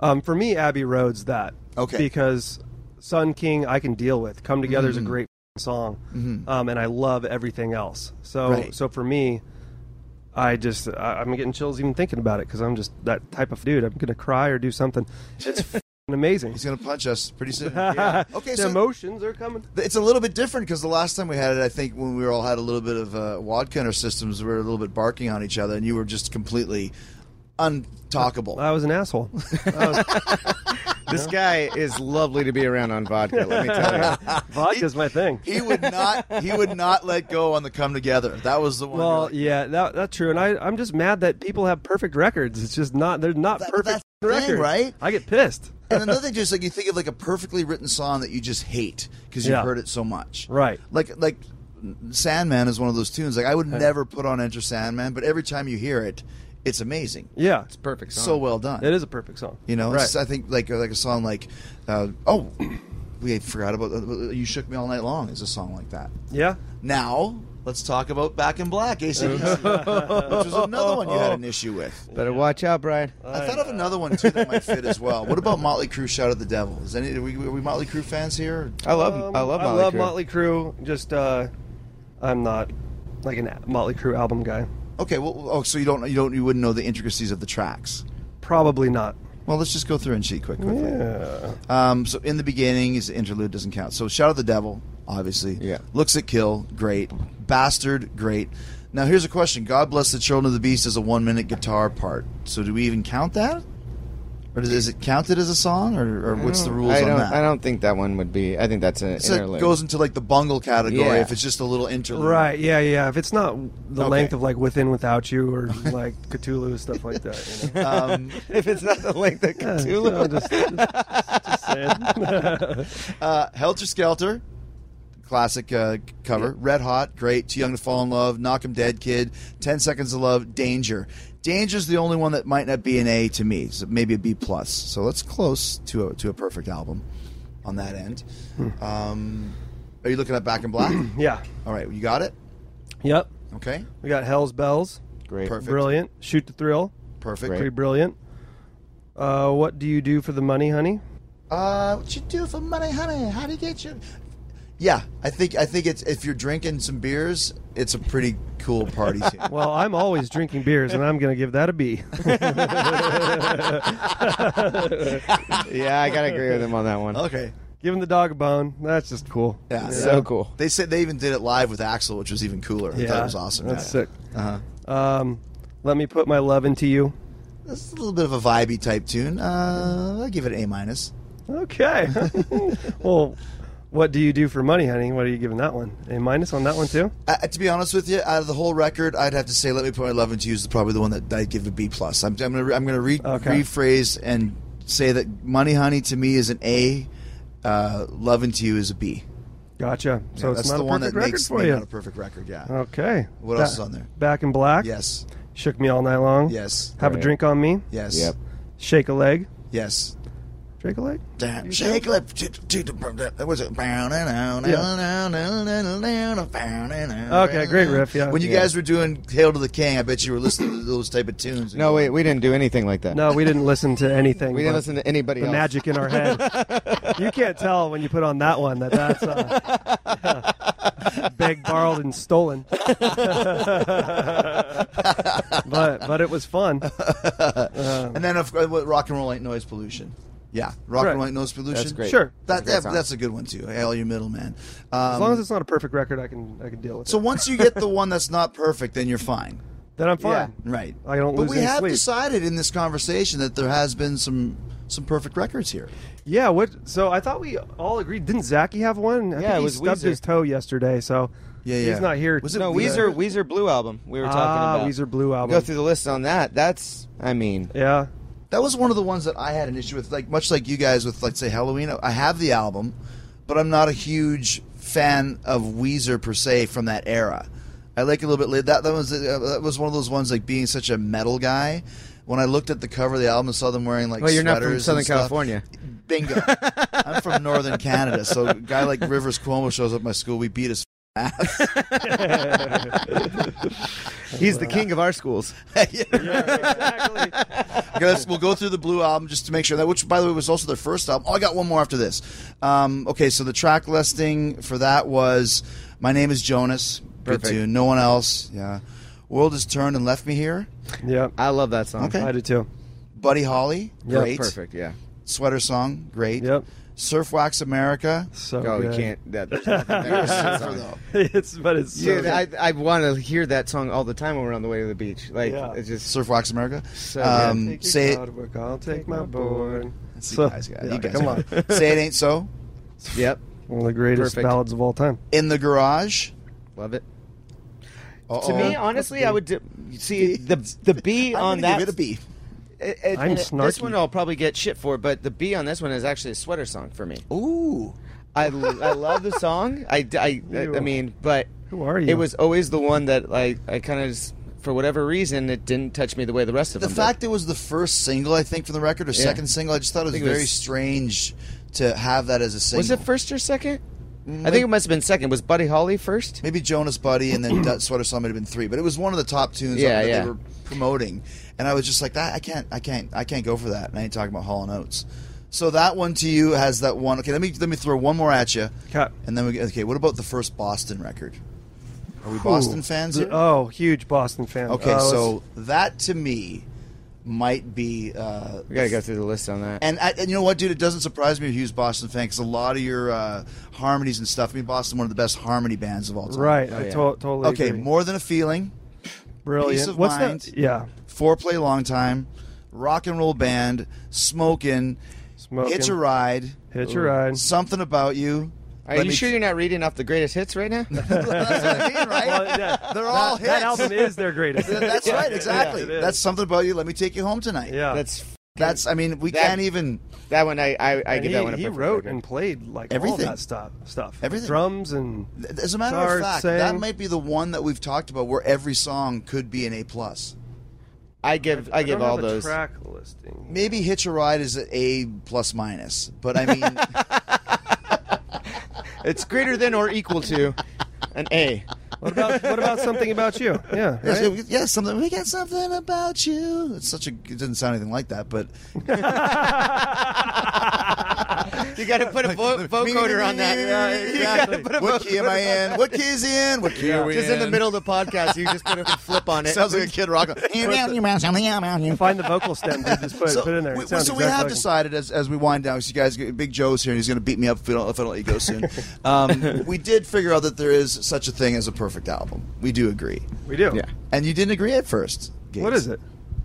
Speaker 9: Um, for me, Abbey Road's that.
Speaker 4: Okay.
Speaker 9: Because Sun King, I can deal with. Come Together
Speaker 4: Mm-hmm.
Speaker 9: is a great song, um, and I love everything else. So,
Speaker 4: Right.
Speaker 9: so for me, I just I, I'm getting chills even thinking about it because I'm just that type of dude. I'm gonna cry or do something. It's f***ing amazing.
Speaker 4: He's gonna punch us pretty soon. Okay,
Speaker 9: the
Speaker 4: so
Speaker 9: emotions are coming.
Speaker 4: it's a little bit different because the last time we had it, I think when we all had a little bit of uh, vodka in our systems, we were a little bit barking on each other, and you were just completely untalkable.
Speaker 9: I was an asshole.
Speaker 8: This guy is lovely to be around on vodka. Let me tell you.
Speaker 9: Vodka's my thing.
Speaker 4: he would not he would not let go on the come together that was the one you're
Speaker 9: Well,
Speaker 4: like,
Speaker 9: yeah, that, that's true, and I, I'm just mad that people have perfect records. It's just not they're not
Speaker 4: That-
Speaker 9: perfect
Speaker 4: that's the thing,
Speaker 9: records,
Speaker 4: right?
Speaker 9: I get pissed.
Speaker 4: and another thing just like you think of like a perfectly written song that you just hate because you've
Speaker 9: Yeah.
Speaker 4: heard it so much
Speaker 9: Right.
Speaker 4: like like sandman is one of those tunes like i would never put on enter sandman but every time you hear it it's amazing
Speaker 9: Yeah,
Speaker 8: Perfect song.
Speaker 4: so well done
Speaker 9: it is a perfect song.
Speaker 4: you know
Speaker 9: right?
Speaker 4: it's, i think like like a song like uh, oh we forgot about you shook me all night long is a song like that
Speaker 9: yeah,
Speaker 4: now let's talk about back in black ACDC, which was another one you had an issue with
Speaker 8: Better watch out, Brian.
Speaker 4: I thought of another one too that might fit as well. What about Motley Crue? Shout at the Devil. Is any are we, are we Motley Crue fans here?
Speaker 8: I love
Speaker 9: Um,
Speaker 8: I love Motley Crue.
Speaker 9: Motley Crue. Just uh, I'm not like an Motley Crue album guy.
Speaker 4: Okay, well, oh, so you don't you don't you wouldn't know the intricacies of the tracks.
Speaker 9: Probably not.
Speaker 4: Well, let's just go through and cheat quick, quickly. Um, so in the beginning is interlude doesn't count. So shout at the Devil, obviously.
Speaker 8: Yeah.
Speaker 4: Looks at Kill, great. Bastard, great. Now here's a question. God bless the Children of the Beast is a one minute guitar part. So do we even count that? Or is, is it counted as a song, or, or what's the rules
Speaker 8: I
Speaker 4: on
Speaker 8: don't,
Speaker 4: that?
Speaker 8: I don't think that one would be. I think that's an
Speaker 4: So
Speaker 8: interlude.
Speaker 4: it goes into like the bungle category
Speaker 8: Yeah.
Speaker 4: if it's just a little interlude.
Speaker 9: Right, yeah, yeah. If it's not the
Speaker 4: Okay.
Speaker 9: length of like Within Without You or like Cthulhu stuff like that. You know?
Speaker 4: Um,
Speaker 8: if it's not the length of
Speaker 9: Yeah,
Speaker 8: Cthulhu.
Speaker 9: no, just- just- just saying.
Speaker 4: uh, Helter Skelter, classic uh, c- cover. Red Hot, great. Too Young to Fall in Love, Knock 'Em Dead Kid, 10 Seconds of Love, Danger. Danger's the only one that might not be an A to me, so maybe a B plus. So that's close to a, to a perfect album on that end. Um, are you looking at Back in Black?
Speaker 9: yeah.
Speaker 4: All right, you got it.
Speaker 9: Yep.
Speaker 4: Okay,
Speaker 9: We got Hell's Bells.
Speaker 8: Great.
Speaker 4: perfect,
Speaker 9: Brilliant. Shoot the Thrill.
Speaker 4: perfect.
Speaker 9: Pretty brilliant. Uh, what do you do for the money, honey?
Speaker 4: Uh, what you do for money, honey? How do you get your? Yeah, I think I think it's if you're drinking some beers, it's a pretty cool party scene.
Speaker 9: Well, I'm always drinking beers, and I'm going to give that a B.
Speaker 8: yeah, I gotta agree with him on that one.
Speaker 4: okay,
Speaker 9: Giving the dog a bone. That's just cool.
Speaker 4: yeah,
Speaker 8: So cool.
Speaker 4: They said they even did it live with Axel, which was even cooler. I thought it was awesome.
Speaker 9: That's
Speaker 4: yeah. Uh-huh.
Speaker 9: sick. Um, let me put my love into you.
Speaker 4: That's a little bit of a vibey type tune. Uh, I give it an A minus.
Speaker 9: Okay. well, what do you do for money, honey? What are you giving that one? A minus on that one too?
Speaker 4: Uh, to be honest with you, out of the whole record, I'd have to say "Let Me Put My Love Into You" is probably the one that I'd give a B plus. I'm, I'm gonna re- I'm gonna re-
Speaker 9: Okay.
Speaker 4: rephrase and say that "Money Honey" to me is an A, uh, "Love Into You" is a B.
Speaker 9: Gotcha. So
Speaker 4: Yeah,
Speaker 9: it's
Speaker 4: that's
Speaker 9: not
Speaker 4: the
Speaker 9: a
Speaker 4: one
Speaker 9: perfect
Speaker 4: that
Speaker 9: record
Speaker 4: makes
Speaker 9: for
Speaker 4: maybe
Speaker 9: you.
Speaker 4: not a perfect record. Yeah.
Speaker 9: okay.
Speaker 4: What
Speaker 9: Ba-
Speaker 4: else is on there?
Speaker 9: Back in black.
Speaker 4: Yes.
Speaker 9: Shook me all night long.
Speaker 4: Yes.
Speaker 9: Have a drink on me.
Speaker 4: Yes.
Speaker 8: Yep.
Speaker 9: Shake a leg.
Speaker 4: Yes.
Speaker 9: Shake a leg.
Speaker 4: Damn. Shake lip. That was it.
Speaker 9: Okay, great riff, yeah.
Speaker 4: When you
Speaker 9: Yeah.
Speaker 4: guys were doing "Hail to the King," I bet you were listening to those type of tunes.
Speaker 8: No, wait, we didn't do anything like that.
Speaker 9: No, we didn't listen to anything.
Speaker 8: we didn't
Speaker 9: but
Speaker 8: listen to anybody
Speaker 9: The
Speaker 8: else.
Speaker 9: magic in our head. you can't tell when you put on that one that that's uh, begged, borrowed, and stolen. but but it was fun.
Speaker 4: And then of course, what, rock and roll ain't noise pollution. Yeah, rock and
Speaker 9: Right.
Speaker 4: roll ain't noise pollution.
Speaker 8: That's great.
Speaker 9: Sure.
Speaker 4: That,
Speaker 8: That's a great
Speaker 4: that,
Speaker 8: song.
Speaker 4: that's a good one too. Hail your middleman.
Speaker 9: As
Speaker 4: Um,
Speaker 9: long as it's not a perfect record, I can I can deal with
Speaker 4: so
Speaker 9: it.
Speaker 4: once you get the one that's not perfect, then you're fine.
Speaker 9: Then I'm fine.
Speaker 4: Right.
Speaker 9: I don't
Speaker 4: But
Speaker 9: lose
Speaker 4: we
Speaker 9: any
Speaker 4: have
Speaker 9: sleep.
Speaker 4: decided in this conversation that there has been some some perfect records here.
Speaker 9: Yeah. What? So I thought we all agreed. Didn't Zachy have one? I
Speaker 8: Yeah,
Speaker 9: think
Speaker 8: it
Speaker 9: he
Speaker 8: was
Speaker 9: stubbed
Speaker 8: Weezer.
Speaker 9: his toe yesterday, so
Speaker 4: Yeah, yeah.
Speaker 9: he's not here.
Speaker 4: Was it
Speaker 8: No,
Speaker 4: Yeah.
Speaker 8: Weezer, Weezer Blue album. We were talking
Speaker 9: ah,
Speaker 8: about.
Speaker 9: Weezer Blue album.
Speaker 8: Go through the list on that. That's, I mean,
Speaker 9: yeah.
Speaker 4: That was one of the ones that I had an issue with, like much like you guys with, like say Halloween. I have the album, but I'm not a huge fan of Weezer per se from that era. I like a little bit later. That that was uh, that was one of those ones like being such a metal guy. When I looked at the cover of the album and saw them wearing like
Speaker 8: Well, you're not from
Speaker 4: sweaters and
Speaker 8: Southern
Speaker 4: stuff-
Speaker 8: California.
Speaker 4: Bingo. I'm from Northern Canada, so a guy like Rivers Cuomo shows up at my school, we beat his ass.
Speaker 8: he's the king of our schools.
Speaker 4: Okay, let's, we'll go through the blue album just to make sure that, which by the way was also their first album. Oh, I got one more after this. Um, okay, so the track listing for that was "My Name Is Jonas."
Speaker 8: Perfect.
Speaker 4: Good tune. No one else. Yeah. World has turned and left me here.
Speaker 9: Yeah.
Speaker 8: I love that song.
Speaker 4: Okay.
Speaker 9: I did too.
Speaker 4: Buddy Holly.
Speaker 9: Yeah,
Speaker 4: Great.
Speaker 8: Perfect, yeah.
Speaker 4: Sweater song. Great.
Speaker 9: Yep.
Speaker 4: Surf Wax America.
Speaker 9: So
Speaker 8: Oh,
Speaker 9: good.
Speaker 8: we can't. That, there's nothing there. It's a song.
Speaker 9: it's but it's so
Speaker 8: Dude, I, I want to hear that song all the time when we're on the way to the beach. Like,
Speaker 9: Yeah.
Speaker 8: it's just.
Speaker 4: Surf Wax America.
Speaker 9: Oh,
Speaker 8: So
Speaker 4: um,
Speaker 9: Take your
Speaker 4: say it.
Speaker 9: cloud work, I'll take my board.
Speaker 4: Let's see,
Speaker 9: So,
Speaker 4: guys, guys,
Speaker 9: yeah,
Speaker 4: you guys
Speaker 9: come
Speaker 4: are-
Speaker 9: on.
Speaker 4: say it ain't so.
Speaker 8: Yep.
Speaker 9: One of the greatest
Speaker 8: Perfect.
Speaker 9: ballads of all time.
Speaker 4: In the garage.
Speaker 8: Love it.
Speaker 4: Uh-oh.
Speaker 8: To me, honestly, I would do, see the the B
Speaker 4: Oh, I'm
Speaker 8: on
Speaker 4: gonna
Speaker 8: that.
Speaker 4: give it a B.
Speaker 8: it- it-
Speaker 9: I'm
Speaker 8: and it- This
Speaker 9: snarky.
Speaker 8: one I'll probably get shit for, but the B on this one is actually a sweater song for me.
Speaker 4: Ooh.
Speaker 8: I, l- I love the song. I, d- I- I- I mean, but
Speaker 9: Who are you?
Speaker 8: it was always the one that like I kind of for whatever reason it didn't touch me the way the rest of
Speaker 4: The
Speaker 8: them.
Speaker 4: fact it was the first single, I think, from the record or
Speaker 8: Yeah.
Speaker 4: second single, I just thought it was
Speaker 8: think it was-
Speaker 4: very strange to have that as a
Speaker 8: did.
Speaker 4: single.
Speaker 8: was it first or 2nd
Speaker 4: Mm,
Speaker 8: I think it must have been second. Was Buddy Holly first?
Speaker 4: Maybe Jonas Buddy and then Dut Sweater Song might have been three, but it was one of the top tunes
Speaker 8: Yeah,
Speaker 4: that
Speaker 8: yeah.
Speaker 4: they were promoting, and I was just like, that I can't, I can't, I can't go for that. And I ain't talking about Hall and Oates. So that one to you has that one. Okay, let me let me throw one more at you,
Speaker 9: Cut.
Speaker 4: and then we okay. What about the first Boston record? Are we Boston fans?
Speaker 8: uh,
Speaker 4: here?
Speaker 9: Oh, huge Boston fan.
Speaker 4: okay,
Speaker 9: Uh,
Speaker 4: so that to me might be uh,
Speaker 8: We gotta go through the list on that.
Speaker 4: And, I, and you know what, dude? It doesn't surprise me if you're a Boston fan because a lot of your uh, harmonies and stuff. I mean, Boston one of the best harmony bands of all
Speaker 9: let's-
Speaker 4: time.
Speaker 9: right. I
Speaker 8: yeah.
Speaker 9: to- totally.
Speaker 4: Oh, Okay,
Speaker 9: agree.
Speaker 4: more than a feeling.
Speaker 9: brilliant.
Speaker 4: Peace of
Speaker 9: What's
Speaker 4: Mind.
Speaker 9: that? Yeah.
Speaker 4: Foreplay, long time. rock and roll band, smoking,
Speaker 9: Smokin'.
Speaker 4: hitch a ride,
Speaker 9: Hitch a Ride.
Speaker 4: something about you.
Speaker 8: Are
Speaker 4: Let
Speaker 8: you
Speaker 4: me-
Speaker 8: sure you're not reading off the greatest hits right now?
Speaker 12: Well, yeah,
Speaker 4: They're all
Speaker 12: that
Speaker 4: hits.
Speaker 12: album is their greatest.
Speaker 4: That's right, exactly.
Speaker 12: it is.
Speaker 4: That's something about you. Let me take you home tonight.
Speaker 9: Yeah.
Speaker 8: That's
Speaker 4: That's. I mean, we
Speaker 8: That-
Speaker 4: can't even.
Speaker 8: that one. I I, I
Speaker 9: And
Speaker 8: give
Speaker 9: he,
Speaker 8: that one. A
Speaker 9: he
Speaker 8: perfect
Speaker 9: wrote
Speaker 8: record.
Speaker 9: and played like
Speaker 4: Everything.
Speaker 9: all that stuff. Stuff.
Speaker 4: Everything.
Speaker 9: Drums and
Speaker 4: As a matter
Speaker 9: Guitar,
Speaker 4: of fact,
Speaker 9: sang.
Speaker 4: that might be the one that we've talked about where every song could be an A plus.
Speaker 8: I give I, give
Speaker 9: don't
Speaker 8: all
Speaker 9: have a
Speaker 8: those.
Speaker 9: track listing.
Speaker 4: Maybe Hitch a Ride is an A plus minus, but I mean,
Speaker 8: It's greater than or equal to an A.
Speaker 9: What about what about something about you? Yeah. right?
Speaker 4: yeah, yeah, something. We got something about you. It's such a. It doesn't sound anything like that, but
Speaker 8: You got to put a vo- vocoder on that.
Speaker 4: exactly. What key am I in? What key is he in? What key are we
Speaker 8: Just in the middle of the podcast, you just gonna flip on it.
Speaker 4: Sounds like a kid rock.
Speaker 12: Find the vocal stem. dude, Just put,
Speaker 4: so,
Speaker 12: put it in there. It
Speaker 4: we, so
Speaker 12: sounds
Speaker 4: we
Speaker 12: exactly
Speaker 4: have
Speaker 12: like
Speaker 4: decided as, as we wind down. 'cause You guys, Big Joe's here, and he's going to beat me up if, we don't, if I don't let you go soon. um, we did figure out that there is such a thing as a perfect album. We do agree,
Speaker 9: Yeah, we do.
Speaker 8: Yeah.
Speaker 4: and you didn't agree at first. Gates.
Speaker 9: What is it?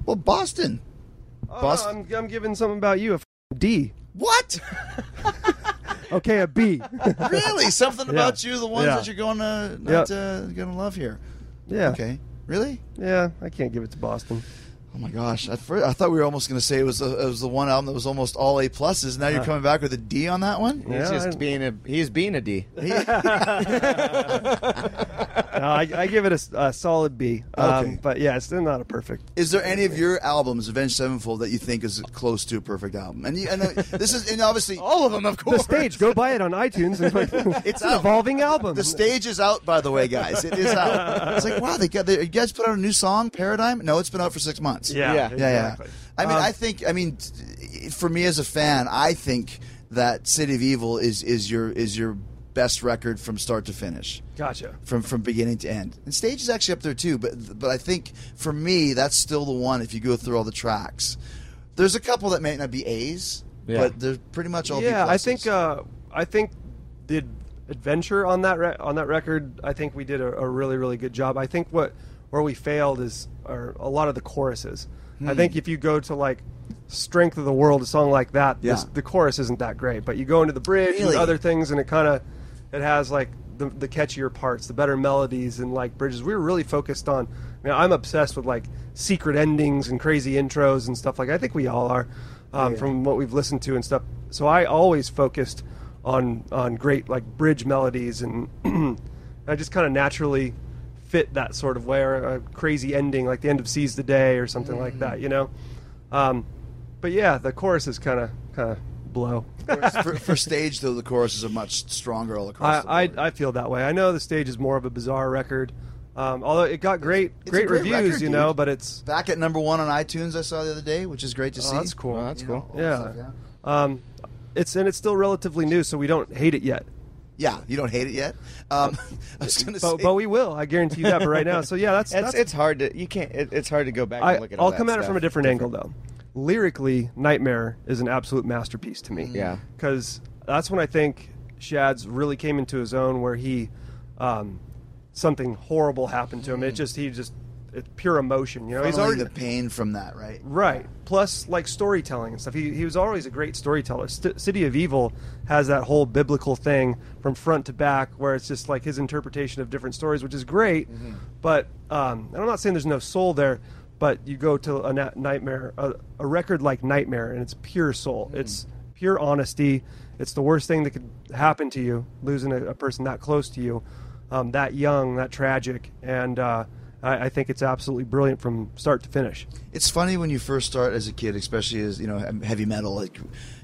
Speaker 4: Well, Boston.
Speaker 9: Oh,
Speaker 4: Bust-
Speaker 9: no, I'm, I'm giving something about you a f- D.
Speaker 4: What?
Speaker 9: Okay, a B.
Speaker 4: really? Something about you? The ones
Speaker 9: Yeah.
Speaker 4: that you're going to
Speaker 9: Yep.
Speaker 4: not uh, going to love here?
Speaker 9: yeah.
Speaker 4: Okay. Really?
Speaker 9: Yeah, I can't give it to Boston.
Speaker 4: Oh my gosh! At first, I thought we were almost going to say it was the, it was the one album that was almost all A pluses. Now you're coming back with a D on that one.
Speaker 8: He's
Speaker 9: Uh-huh. Yeah, I-
Speaker 8: just being a he's being a D.
Speaker 9: No, I, I give it a s- a, solid B. Um,
Speaker 4: Okay.
Speaker 9: But yeah, it's still not a perfect.
Speaker 4: Is there any of your albums, Avenged Sevenfold, that you think is close to a perfect album? And, you, and uh, this is and obviously all of them, of
Speaker 9: The stage, go buy it on iTunes. It's, like, it's an
Speaker 4: out.
Speaker 9: evolving album.
Speaker 4: The stage is out, by the way, guys. It is out. It's like wow, they got they, you guys put out a new song, Paradigm. No, it's been out for six months.
Speaker 12: Yeah,
Speaker 8: Yeah.
Speaker 4: yeah, yeah.
Speaker 9: exactly.
Speaker 4: I mean, I think. I mean, t- for me as a fan, I think that City of Evil is is your is your best record from start to finish.
Speaker 9: Gotcha.
Speaker 4: from from beginning to end. And stage is actually up there too, but but I think for me that's still the one. If you go through all the tracks, there's a couple that may not be A's, but they're pretty much all. B
Speaker 9: yeah, I
Speaker 4: pluses.
Speaker 9: think uh, I think the adventure on that re- on that record, I think we did a, a really really good job. I think what where we failed is are a lot of the choruses. I think
Speaker 4: Hmm.
Speaker 9: if you go to like "Strength of the World," a song like that, this,
Speaker 4: Yeah.
Speaker 9: the chorus isn't that great. But you go into the bridge
Speaker 4: Really?
Speaker 9: and other things, and it kind of it has like the, the catchier parts, the better melodies, and like bridges. We were really focused on. I mean, I'm obsessed with like secret endings and crazy intros and stuff like. I think we all are, um, from what we've listened to and stuff. So I always focused on on great like bridge melodies, and I just kind of naturally fit that sort of way, or a crazy ending like the end of "Seize the Day" or something like that. You know. Um, but yeah, the chorus is kind of kind of blow.
Speaker 4: for, for stage though the choruses are much stronger all across. the
Speaker 9: I,
Speaker 4: board.
Speaker 9: I, I feel that way. I know the stage is more of a bizarre record, um, although it got great
Speaker 4: a
Speaker 9: great,
Speaker 4: great
Speaker 9: reviews,
Speaker 4: record,
Speaker 9: you know.
Speaker 4: dude.
Speaker 9: But it's
Speaker 4: Back at number one on iTunes, I saw the other day, which is great to see.
Speaker 9: oh, that's cool.
Speaker 8: Oh, that's cool.
Speaker 9: yeah. Um, it's and it's still relatively new, so we don't hate it yet.
Speaker 4: Yeah, you don't hate it yet. Um, I was going to say,
Speaker 9: But, but we will. I guarantee you that. But right now, so yeah, that's
Speaker 8: It's
Speaker 9: that's.
Speaker 8: it's hard to you can't it, it's hard to go back
Speaker 9: I,
Speaker 8: and look at. all
Speaker 9: I'll
Speaker 8: that
Speaker 9: come at it from a
Speaker 8: stuff.
Speaker 9: different, angle though. Lyrically, Nightmare is an absolute masterpiece to me.
Speaker 8: Yeah.
Speaker 9: because that's when I think Shad's really came into his own, where he, um, something horrible happened to him. It just he just it's pure emotion. You know, he's
Speaker 4: funneling
Speaker 9: already
Speaker 4: the pain from that, right?
Speaker 9: Right. Plus, like storytelling and stuff. He, he was always a great storyteller. St- City of Evil has that whole biblical thing from front to back, where it's just like his interpretation of different stories, which is great. But um, and I'm not saying there's no soul there, but you go to a na- nightmare, a, a record like Nightmare, and it's pure soul. It's pure honesty. It's the worst thing that could happen to you, losing a, a person that close to you, um, that young, that tragic, and. Uh, I I think it's absolutely brilliant from start to finish.
Speaker 4: It's funny when you first start as a kid, especially as you know heavy metal. Like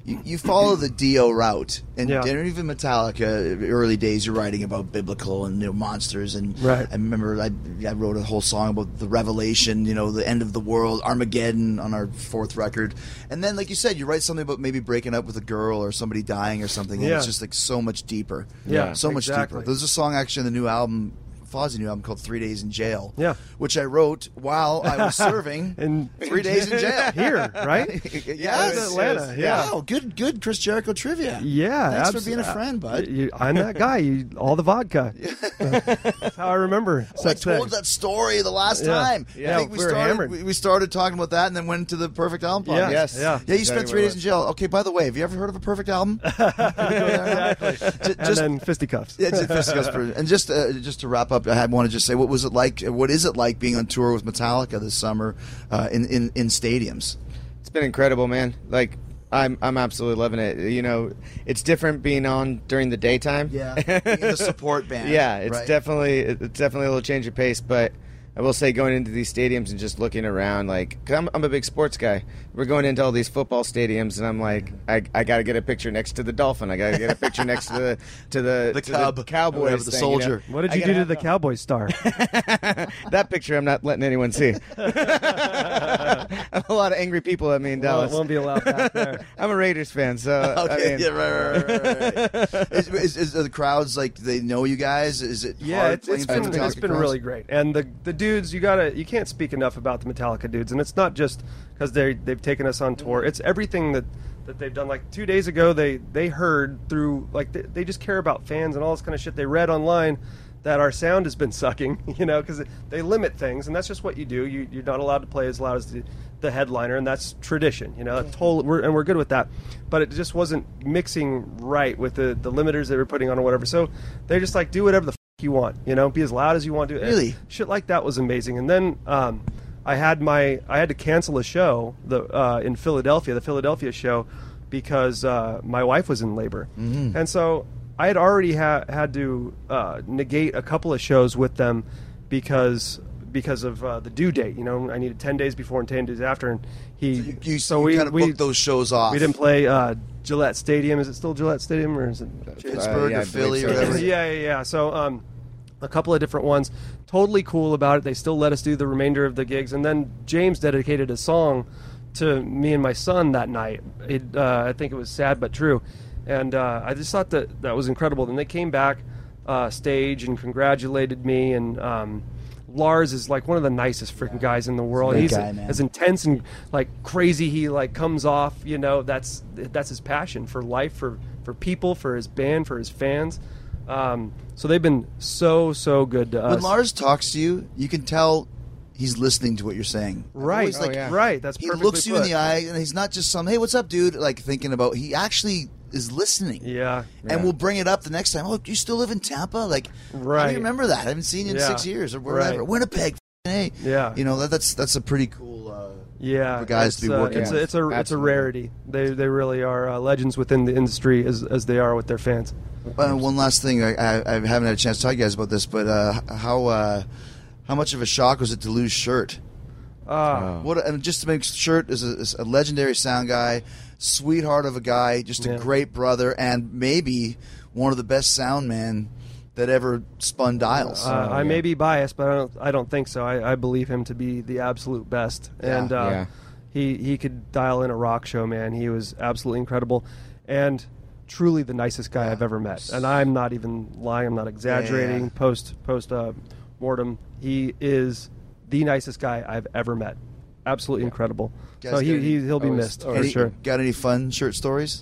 Speaker 4: you, you follow the Dio route, and
Speaker 9: Yeah.
Speaker 4: and even Metallica early days. You're writing about biblical and you know, monsters, and
Speaker 9: Right.
Speaker 4: I remember I, I wrote a whole song about the Revelation, you know, the end of the world, Armageddon on our fourth record, and then like you said, you write something about maybe breaking up with a girl or somebody dying or something, and
Speaker 9: Yeah.
Speaker 4: it's just like so much deeper,
Speaker 9: Yeah,
Speaker 4: so much
Speaker 9: exactly.
Speaker 4: deeper. There's a song actually in the new album. Fozzy new album called Three Days in Jail.
Speaker 9: Yeah.
Speaker 4: Which I wrote while I was serving
Speaker 9: And-
Speaker 4: three days in jail
Speaker 9: Here, right?
Speaker 4: yes,
Speaker 9: Yeah, in Atlanta,
Speaker 4: yes.
Speaker 9: yeah.
Speaker 4: Wow, good, good Chris Jericho trivia.
Speaker 9: Yeah,
Speaker 4: thanks
Speaker 9: abs-
Speaker 4: for being a friend, bud.
Speaker 9: I- you- I'm that guy. You, all the vodka. That's how I remember.
Speaker 4: I
Speaker 9: Sex
Speaker 4: told
Speaker 9: Ed.
Speaker 4: that story the last
Speaker 9: Yeah.
Speaker 4: time.
Speaker 9: Yeah,
Speaker 4: I think we,
Speaker 9: we were
Speaker 4: started.
Speaker 9: hammered.
Speaker 4: We, we started talking about that, and then went to the Perfect Album podcast.
Speaker 9: Yeah, Yes. yeah.
Speaker 4: yeah. You
Speaker 13: Exactly
Speaker 4: spent
Speaker 13: what
Speaker 4: three
Speaker 13: it
Speaker 4: days in
Speaker 13: was.
Speaker 4: jail. Okay, by the way, have you ever heard of a perfect album? exactly.
Speaker 9: and then fisticuffs.
Speaker 4: Yeah, just discuss per- and just uh, just to wrap up, I want to just say, what was it like? What is it like being on tour with Metallica this summer uh, in, in in stadiums?
Speaker 8: It's been incredible, man. Like I'm I'm absolutely loving it. You know, it's different being on during the daytime.
Speaker 4: being in the support band.
Speaker 8: yeah, it's
Speaker 4: right?
Speaker 8: definitely it's definitely a little change of pace, but I will say going into these stadiums and just looking around, like i I'm, I'm a big sports guy. We're going into all these football stadiums, and I'm like, I, I got to get a picture next to the dolphin. I got to get a picture next to the to the
Speaker 4: The
Speaker 8: to
Speaker 4: cub,
Speaker 8: the
Speaker 4: or
Speaker 8: Cowboys,
Speaker 4: whatever, the
Speaker 8: thing,
Speaker 4: soldier.
Speaker 8: You know?
Speaker 9: What did
Speaker 8: I
Speaker 9: you
Speaker 8: gotta
Speaker 9: do to
Speaker 8: have
Speaker 9: the Cowboys star?
Speaker 8: that picture? I'm not letting anyone see. I have a lot of angry people at me in
Speaker 9: well,
Speaker 8: Dallas.
Speaker 9: it won't be allowed back there.
Speaker 8: I'm a Raiders fan, so I
Speaker 4: Okay,
Speaker 8: mean,
Speaker 4: yeah, right, right, right, right, right. is, is, is- are the crowds like they know you guys? Is it
Speaker 9: Yeah,
Speaker 4: hard
Speaker 9: it's, it's
Speaker 4: playing
Speaker 9: been,
Speaker 4: for
Speaker 9: it's
Speaker 4: Metallica
Speaker 9: been
Speaker 4: crowds?
Speaker 9: really great. And the the dudes, you gotta you can't speak enough about the Metallica dudes. And it's not just because they they've taken us
Speaker 4: Mm-hmm.
Speaker 9: on tour. It's everything that that they've done. Like two days ago, they they heard through like they, they just care about fans and all this kind of shit. They read online that our sound has been sucking, you know, because they limit things, and that's just what you do. You you're not allowed to play as loud as the, the headliner, and that's tradition, you know. Totally, we're, and we're good with that. But it just wasn't mixing right with the the limiters they were putting on or whatever. So they're just like do whatever the f- you want, you know, be as loud as you want to. And
Speaker 4: Really?
Speaker 9: shit like that was amazing. And then um, I had my I had to cancel a show the uh, in Philadelphia, the Philadelphia show, because uh, my wife was in labor,
Speaker 4: Mm-hmm.
Speaker 9: and so I had already ha- had to uh, negate a couple of shows with them because because of uh, the due date. You know, I needed ten days before and ten days after, and he
Speaker 4: You, you, you kind of booked those shows off.
Speaker 9: we didn't play uh, Gillette Stadium. Is it still Gillette Stadium or is it
Speaker 4: Pittsburgh
Speaker 8: yeah, I
Speaker 4: or
Speaker 8: believe
Speaker 4: Philly
Speaker 8: so.
Speaker 4: or whatever.
Speaker 9: yeah, yeah, yeah. So, um, a couple of different ones. Totally cool about it. They still let us do the remainder of the gigs, and then James dedicated a song to me and my son that night. It, uh, I think it was sad but true, and uh, I just thought that that was incredible. Then they came back uh, stage and congratulated me and. Um, Lars is like one of the nicest freaking guys in the world.
Speaker 4: Great
Speaker 9: He's
Speaker 4: guy, man.
Speaker 9: as intense and like crazy he like comes off you know that's that's his passion for life for for people for his band for his fans um, so they've been so so good to us
Speaker 4: When Lars talks to you, you can tell he's listening to what you're saying. I've
Speaker 9: right Oh,
Speaker 4: always, like,
Speaker 8: yeah.
Speaker 9: right that's
Speaker 4: he
Speaker 9: perfectly
Speaker 4: looks you in
Speaker 9: put.
Speaker 4: the eye, and he's not just some "Hey, what's up, dude?" Like thinking about. He actually is listening.
Speaker 9: yeah
Speaker 4: And we'll bring it up the next time. Oh, you still live in Tampa? Like, how do
Speaker 9: Right.
Speaker 4: you remember that? I haven't seen you in
Speaker 9: Yeah.
Speaker 4: six years or wherever.
Speaker 9: Right.
Speaker 4: Winnipeg. Hey.
Speaker 9: Yeah.
Speaker 4: You know that, that's that's a pretty cool. Uh,
Speaker 9: yeah
Speaker 4: for guys
Speaker 9: it's,
Speaker 4: to be
Speaker 9: uh,
Speaker 4: working
Speaker 9: it's,
Speaker 4: with.
Speaker 9: a, it's a it's a rarity they they really are uh, legends within the industry as as they are with their fans
Speaker 4: Uh, one last thing, I, I, I haven't had a chance to talk to you guys about this, but uh, h- how uh, how much of a shock was it to lose Shirt?
Speaker 9: uh,
Speaker 4: What and just to make Shirt is a, is a legendary sound guy, sweetheart of a guy, just a
Speaker 9: Yeah.
Speaker 4: great brother, and maybe one of the best sound men that ever spun dials.
Speaker 9: Uh, I may be biased, but I don't. I don't think so. I, I believe him to be the absolute best,
Speaker 4: Yeah.
Speaker 9: and uh,
Speaker 8: Yeah.
Speaker 9: he he could dial in a rock show. Man, he was absolutely incredible, and truly the nicest guy I've ever met. And I'm not even lying. I'm not exaggerating. Post post uh, mortem, he is the nicest guy I've ever met. Absolutely incredible.
Speaker 4: Guys,
Speaker 9: so he,
Speaker 4: get any-
Speaker 9: he he'll be missed for
Speaker 4: Any-
Speaker 9: sure.
Speaker 4: Got any fun Shirt stories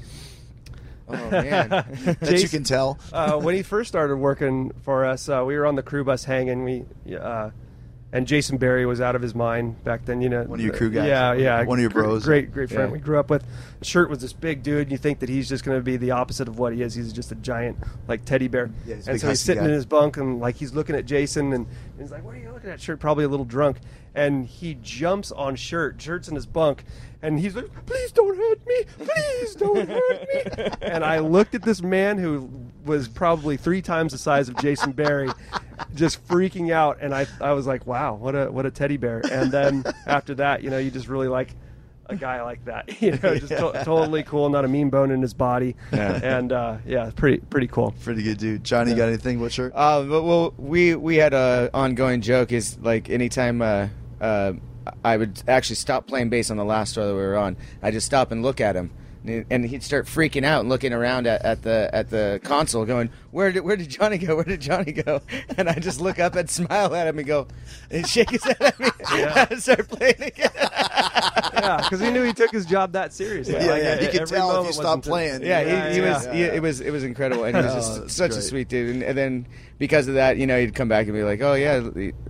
Speaker 8: Oh man.
Speaker 4: that you
Speaker 9: Jason-
Speaker 4: can tell?
Speaker 9: uh, when he first started working for us, uh, we were on the crew bus hanging. We uh, and Jason Barry was out of his mind back then. You know,
Speaker 4: One of your crew guys.
Speaker 9: Yeah, yeah,
Speaker 4: One of your
Speaker 9: Gr-
Speaker 4: bros.
Speaker 9: Great, great friend.
Speaker 8: Yeah.
Speaker 9: We grew up with. Shirt was this big dude. and You think that he's just going to be the opposite of what he is. He's just a giant like teddy bear.
Speaker 4: Yeah, he's a
Speaker 9: and
Speaker 4: big
Speaker 9: so he's
Speaker 4: husky
Speaker 9: sitting
Speaker 4: guy.
Speaker 9: in his bunk and like he's looking at Jason and, and he's like, "What are you looking at?" Shirt probably a little drunk, and he jumps on Shirt. Shirt's in his bunk. And he's like, please don't hurt me. Please don't hurt me. and I looked at this man who was probably three times the size of Jason Barry, just freaking out. And I, I was like, wow, what a what a teddy bear. And then after that, you know, you just really like a guy like that. You know, just to- totally cool, not a mean bone in his body. And uh, yeah, it's pretty pretty cool.
Speaker 4: Pretty good dude. Johnny, got anything? What shirt?
Speaker 8: Uh, but, well, we we had a ongoing joke is like anytime uh, uh, I would actually stop playing bass on the last tour that we were on, I just stop and look at him And- And he'd start freaking out and looking around at, at the at the console, going, "Where did where did Johnny go? Where did Johnny go?" And I just look up and smile at him and go, and shake his head at me.
Speaker 14: Yeah.
Speaker 8: and start playing again.
Speaker 14: yeah, because he knew he took his job that seriously.
Speaker 8: Yeah, yeah,
Speaker 14: e-
Speaker 8: you could
Speaker 14: every
Speaker 8: tell if you
Speaker 14: moment was intense.
Speaker 8: stopped playing. Yeah, he- he was- he- it was- it was incredible, and he was
Speaker 14: Oh,
Speaker 8: just
Speaker 14: that's
Speaker 8: such a
Speaker 14: great.
Speaker 8: sweet dude. And, and then because of that, you know, he'd come back and be like, "Oh yeah,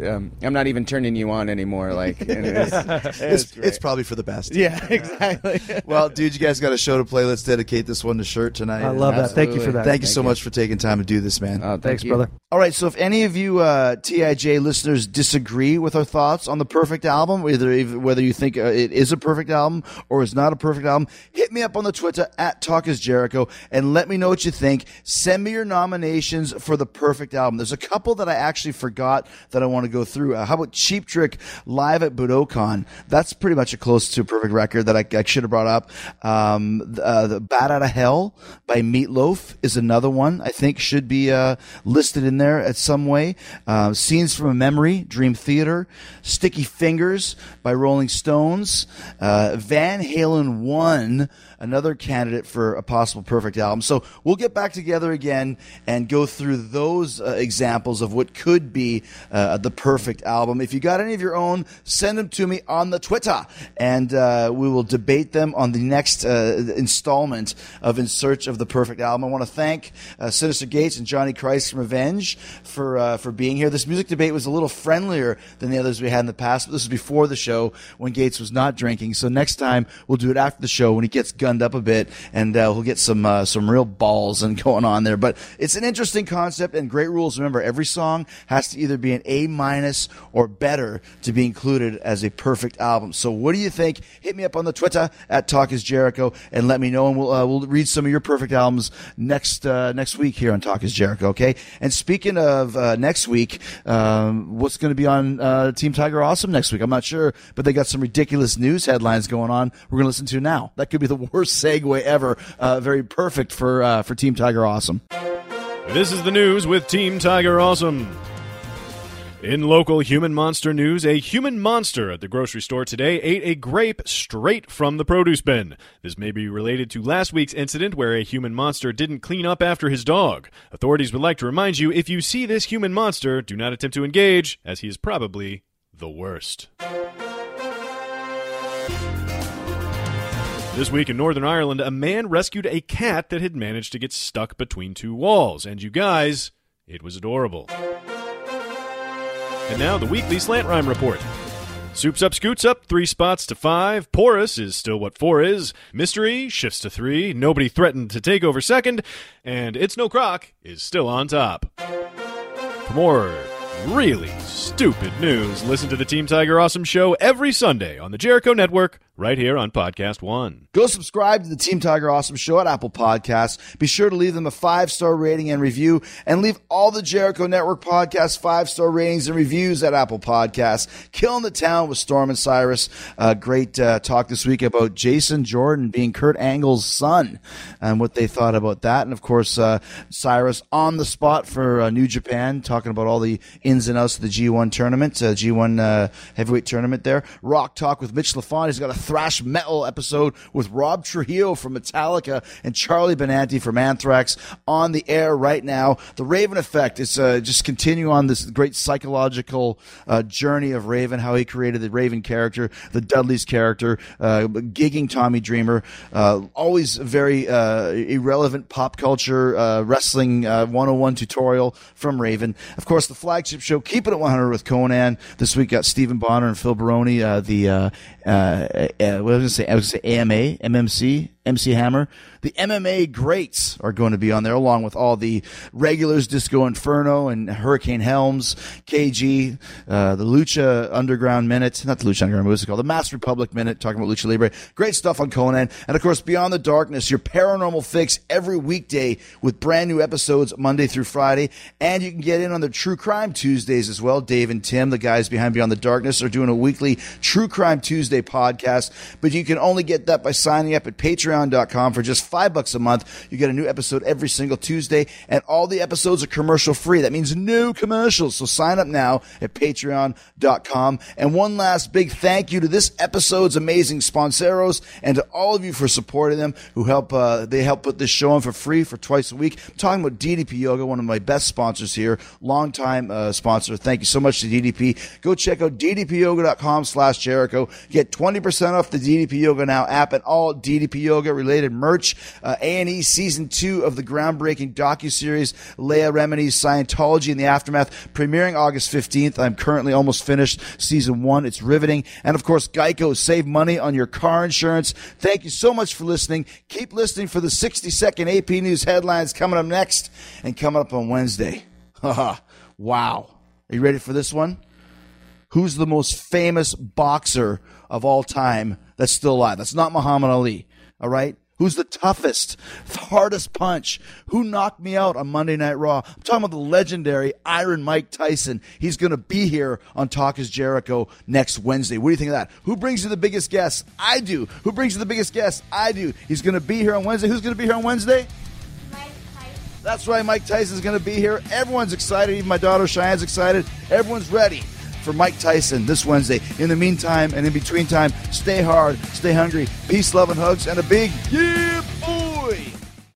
Speaker 8: um, I'm not even turning you on anymore." Like, and it was-
Speaker 5: it's,
Speaker 8: it was
Speaker 5: it's
Speaker 8: great.
Speaker 5: probably for the best.
Speaker 8: Yeah, exactly.
Speaker 5: well, dude, you guys got a show to play. Let's dedicate this one to Shirt tonight.
Speaker 14: I love that. Thank you for Absolutely. that.
Speaker 5: Thank you
Speaker 14: Thank
Speaker 5: so much for taking time to do this, man.
Speaker 14: Thanks, you. brother.
Speaker 4: All right, so if any of you uh, TIJ listeners disagree with our thoughts on the perfect album, either whether you think uh, it is a perfect album or it's not a perfect album, hit me up on the Twitter at Talk is Jericho and let me know what you think. Send me your nominations for the perfect album. There's a couple that I actually forgot that I want to go through. Uh, how about Cheap Trick live at Budokan? That's pretty much a close to a perfect record that I, I should have brought up. Um, th- uh, the Bat Out of Hell by Meatloaf is another one I think should be uh, listed in there at some way. Uh, Scenes from a Memory, Dream Theater, Sticky Fingers by Rolling Stones, uh, Van Halen 1, another candidate for a possible perfect album. So we'll get back together again and go through those uh, examples of what could be uh, the perfect album. If you got any of your own, send them to me on the Twitter, and uh, we will debate them on the next uh, installment of In Search of the Perfect Album. I want to thank uh, Sinister Gates and Johnny Christ from Revenge for uh, for being here. This music debate was a little friendlier than the others we had in the past, but this was before the show when Gates was not drinking. So next time we'll do it after the show when he gets gunned up a bit, and uh, we'll get some uh, some real balls and going on there. But it's an interesting concept and great rules. Remember, every song has to either be an A minus or better to be included as a perfect album. So what do you think? Hit me up on the Twitter at Talk Is Jericho and let me know, and we'll uh, we'll read some of your perfect albums next uh, next week here on Talk Is Jericho. Okay. And speaking of uh, next week, um, what's going to be on uh, Team Tiger Awesome next week? I'm not sure, but they got some ridiculous news headlines going on. We're going to listen to now. That could be the worst segue ever. Uh, very perfect for uh, for Team Tiger Awesome.
Speaker 15: This is the news with Team Tiger Awesome. In local human monster news, a human monster at the grocery store today ate a grape straight from the produce bin. This may be related to last week's incident where a human monster didn't clean up after his dog. Authorities would like to remind you if you see this human monster, do not attempt to engage, as he is probably the worst. This week in Northern Ireland, a man rescued a cat that had managed to get stuck between two walls. And you guys, it was adorable. And now the weekly slant rhyme report. Soups up, scoots up, three spots to five. Porous is still what four is. Mystery shifts to three. Nobody threatened to take over second. And It's No Croc is still on top. For more really stupid news, listen to the Team Tiger Awesome Show every Sunday on the Jericho Network, right here on Podcast One.
Speaker 4: Go subscribe to the Team Tiger Awesome Show at Apple Podcasts. Be sure to leave them a five star rating and review, and leave all the Jericho Network podcasts five star ratings and reviews at Apple Podcasts. Killing the town with Storm and Cyrus. Uh, great uh, talk this week about Jason Jordan being Kurt Angle's son and what they thought about that, and of course uh, Cyrus on the spot for uh, New Japan, talking about all the ins and outs of the G1 tournament, uh, G1 uh, heavyweight tournament there. Rock Talk with Mitch LaFont. He's got a thrash metal episode with Rob Trujillo from Metallica and Charlie Benanti from Anthrax on the air right now. The Raven Effect is uh, just continue on this great psychological uh, journey of Raven, how he created the Raven character, the Dudley's character, uh, gigging Tommy Dreamer. Uh, always a very uh, irrelevant pop culture uh, wrestling uh, 101 tutorial from Raven. Of course, the flagship show, Keeping It 100 with Conan. This week got Stephen Bonner and Phil Baroni, uh, the, uh, uh, uh, what was I going to say? I was going to say AMA, MMC, MC Hammer. The MMA greats are going to be on there, along with all the regulars, Disco Inferno and Hurricane Helms, KG, uh, the Lucha Underground Minute, not the Lucha Underground, what was it called? The Mass Republic Minute, talking about Lucha Libre. Great stuff on Conan. And of course, Beyond the Darkness, your paranormal fix every weekday with brand new episodes Monday through Friday. And you can get in on the True Crime Tuesdays as well. Dave and Tim, the guys behind Beyond the Darkness, are doing a weekly True Crime Tuesday podcast, but you can only get that by signing up at Patreon patreon.com for just five bucks a month. You get a new episode every single Tuesday, and all the episodes are commercial free. That means no commercials. So sign up now at patreon.com. And one last big thank you to this episode's amazing sponsoros and to all of you for supporting them who help, uh, they help put this show on for free for twice a week. I'm talking about DDP Yoga, one of my best sponsors here, longtime uh, sponsor. Thank you so much to DDP. Go check out ddpyoga.com slash Jericho. Get 20% off the DDP Yoga Now app and all DDP Yoga related merch. Uh, A&E season two of the groundbreaking docuseries, Leia Remini's Scientology in the Aftermath, premiering August 15th. I'm currently almost finished season one. It's riveting. And of course, Geico, save money on your car insurance. Thank you so much for listening. Keep listening for the 60 second AP News headlines coming up next and coming up on Wednesday. wow. Are you ready for this one? Who's the most famous boxer of all time that's still alive? That's not Muhammad Ali, all right? Who's the toughest, the hardest punch? Who knocked me out on Monday Night Raw? I'm talking about the legendary Iron Mike Tyson. He's going to be here on Talk is Jericho next Wednesday. What do you think of that? Who brings you the biggest guests? I do. Who brings you the biggest guests? I do. He's going to be here on Wednesday. Who's going to be here on Wednesday? That's right, Mike Tyson's going to be here. Everyone's excited. Even my daughter Cheyenne's excited. Everyone's ready for Mike Tyson this Wednesday. In the meantime and in between time, stay hard, stay hungry, peace, love, and hugs, and a big yeah!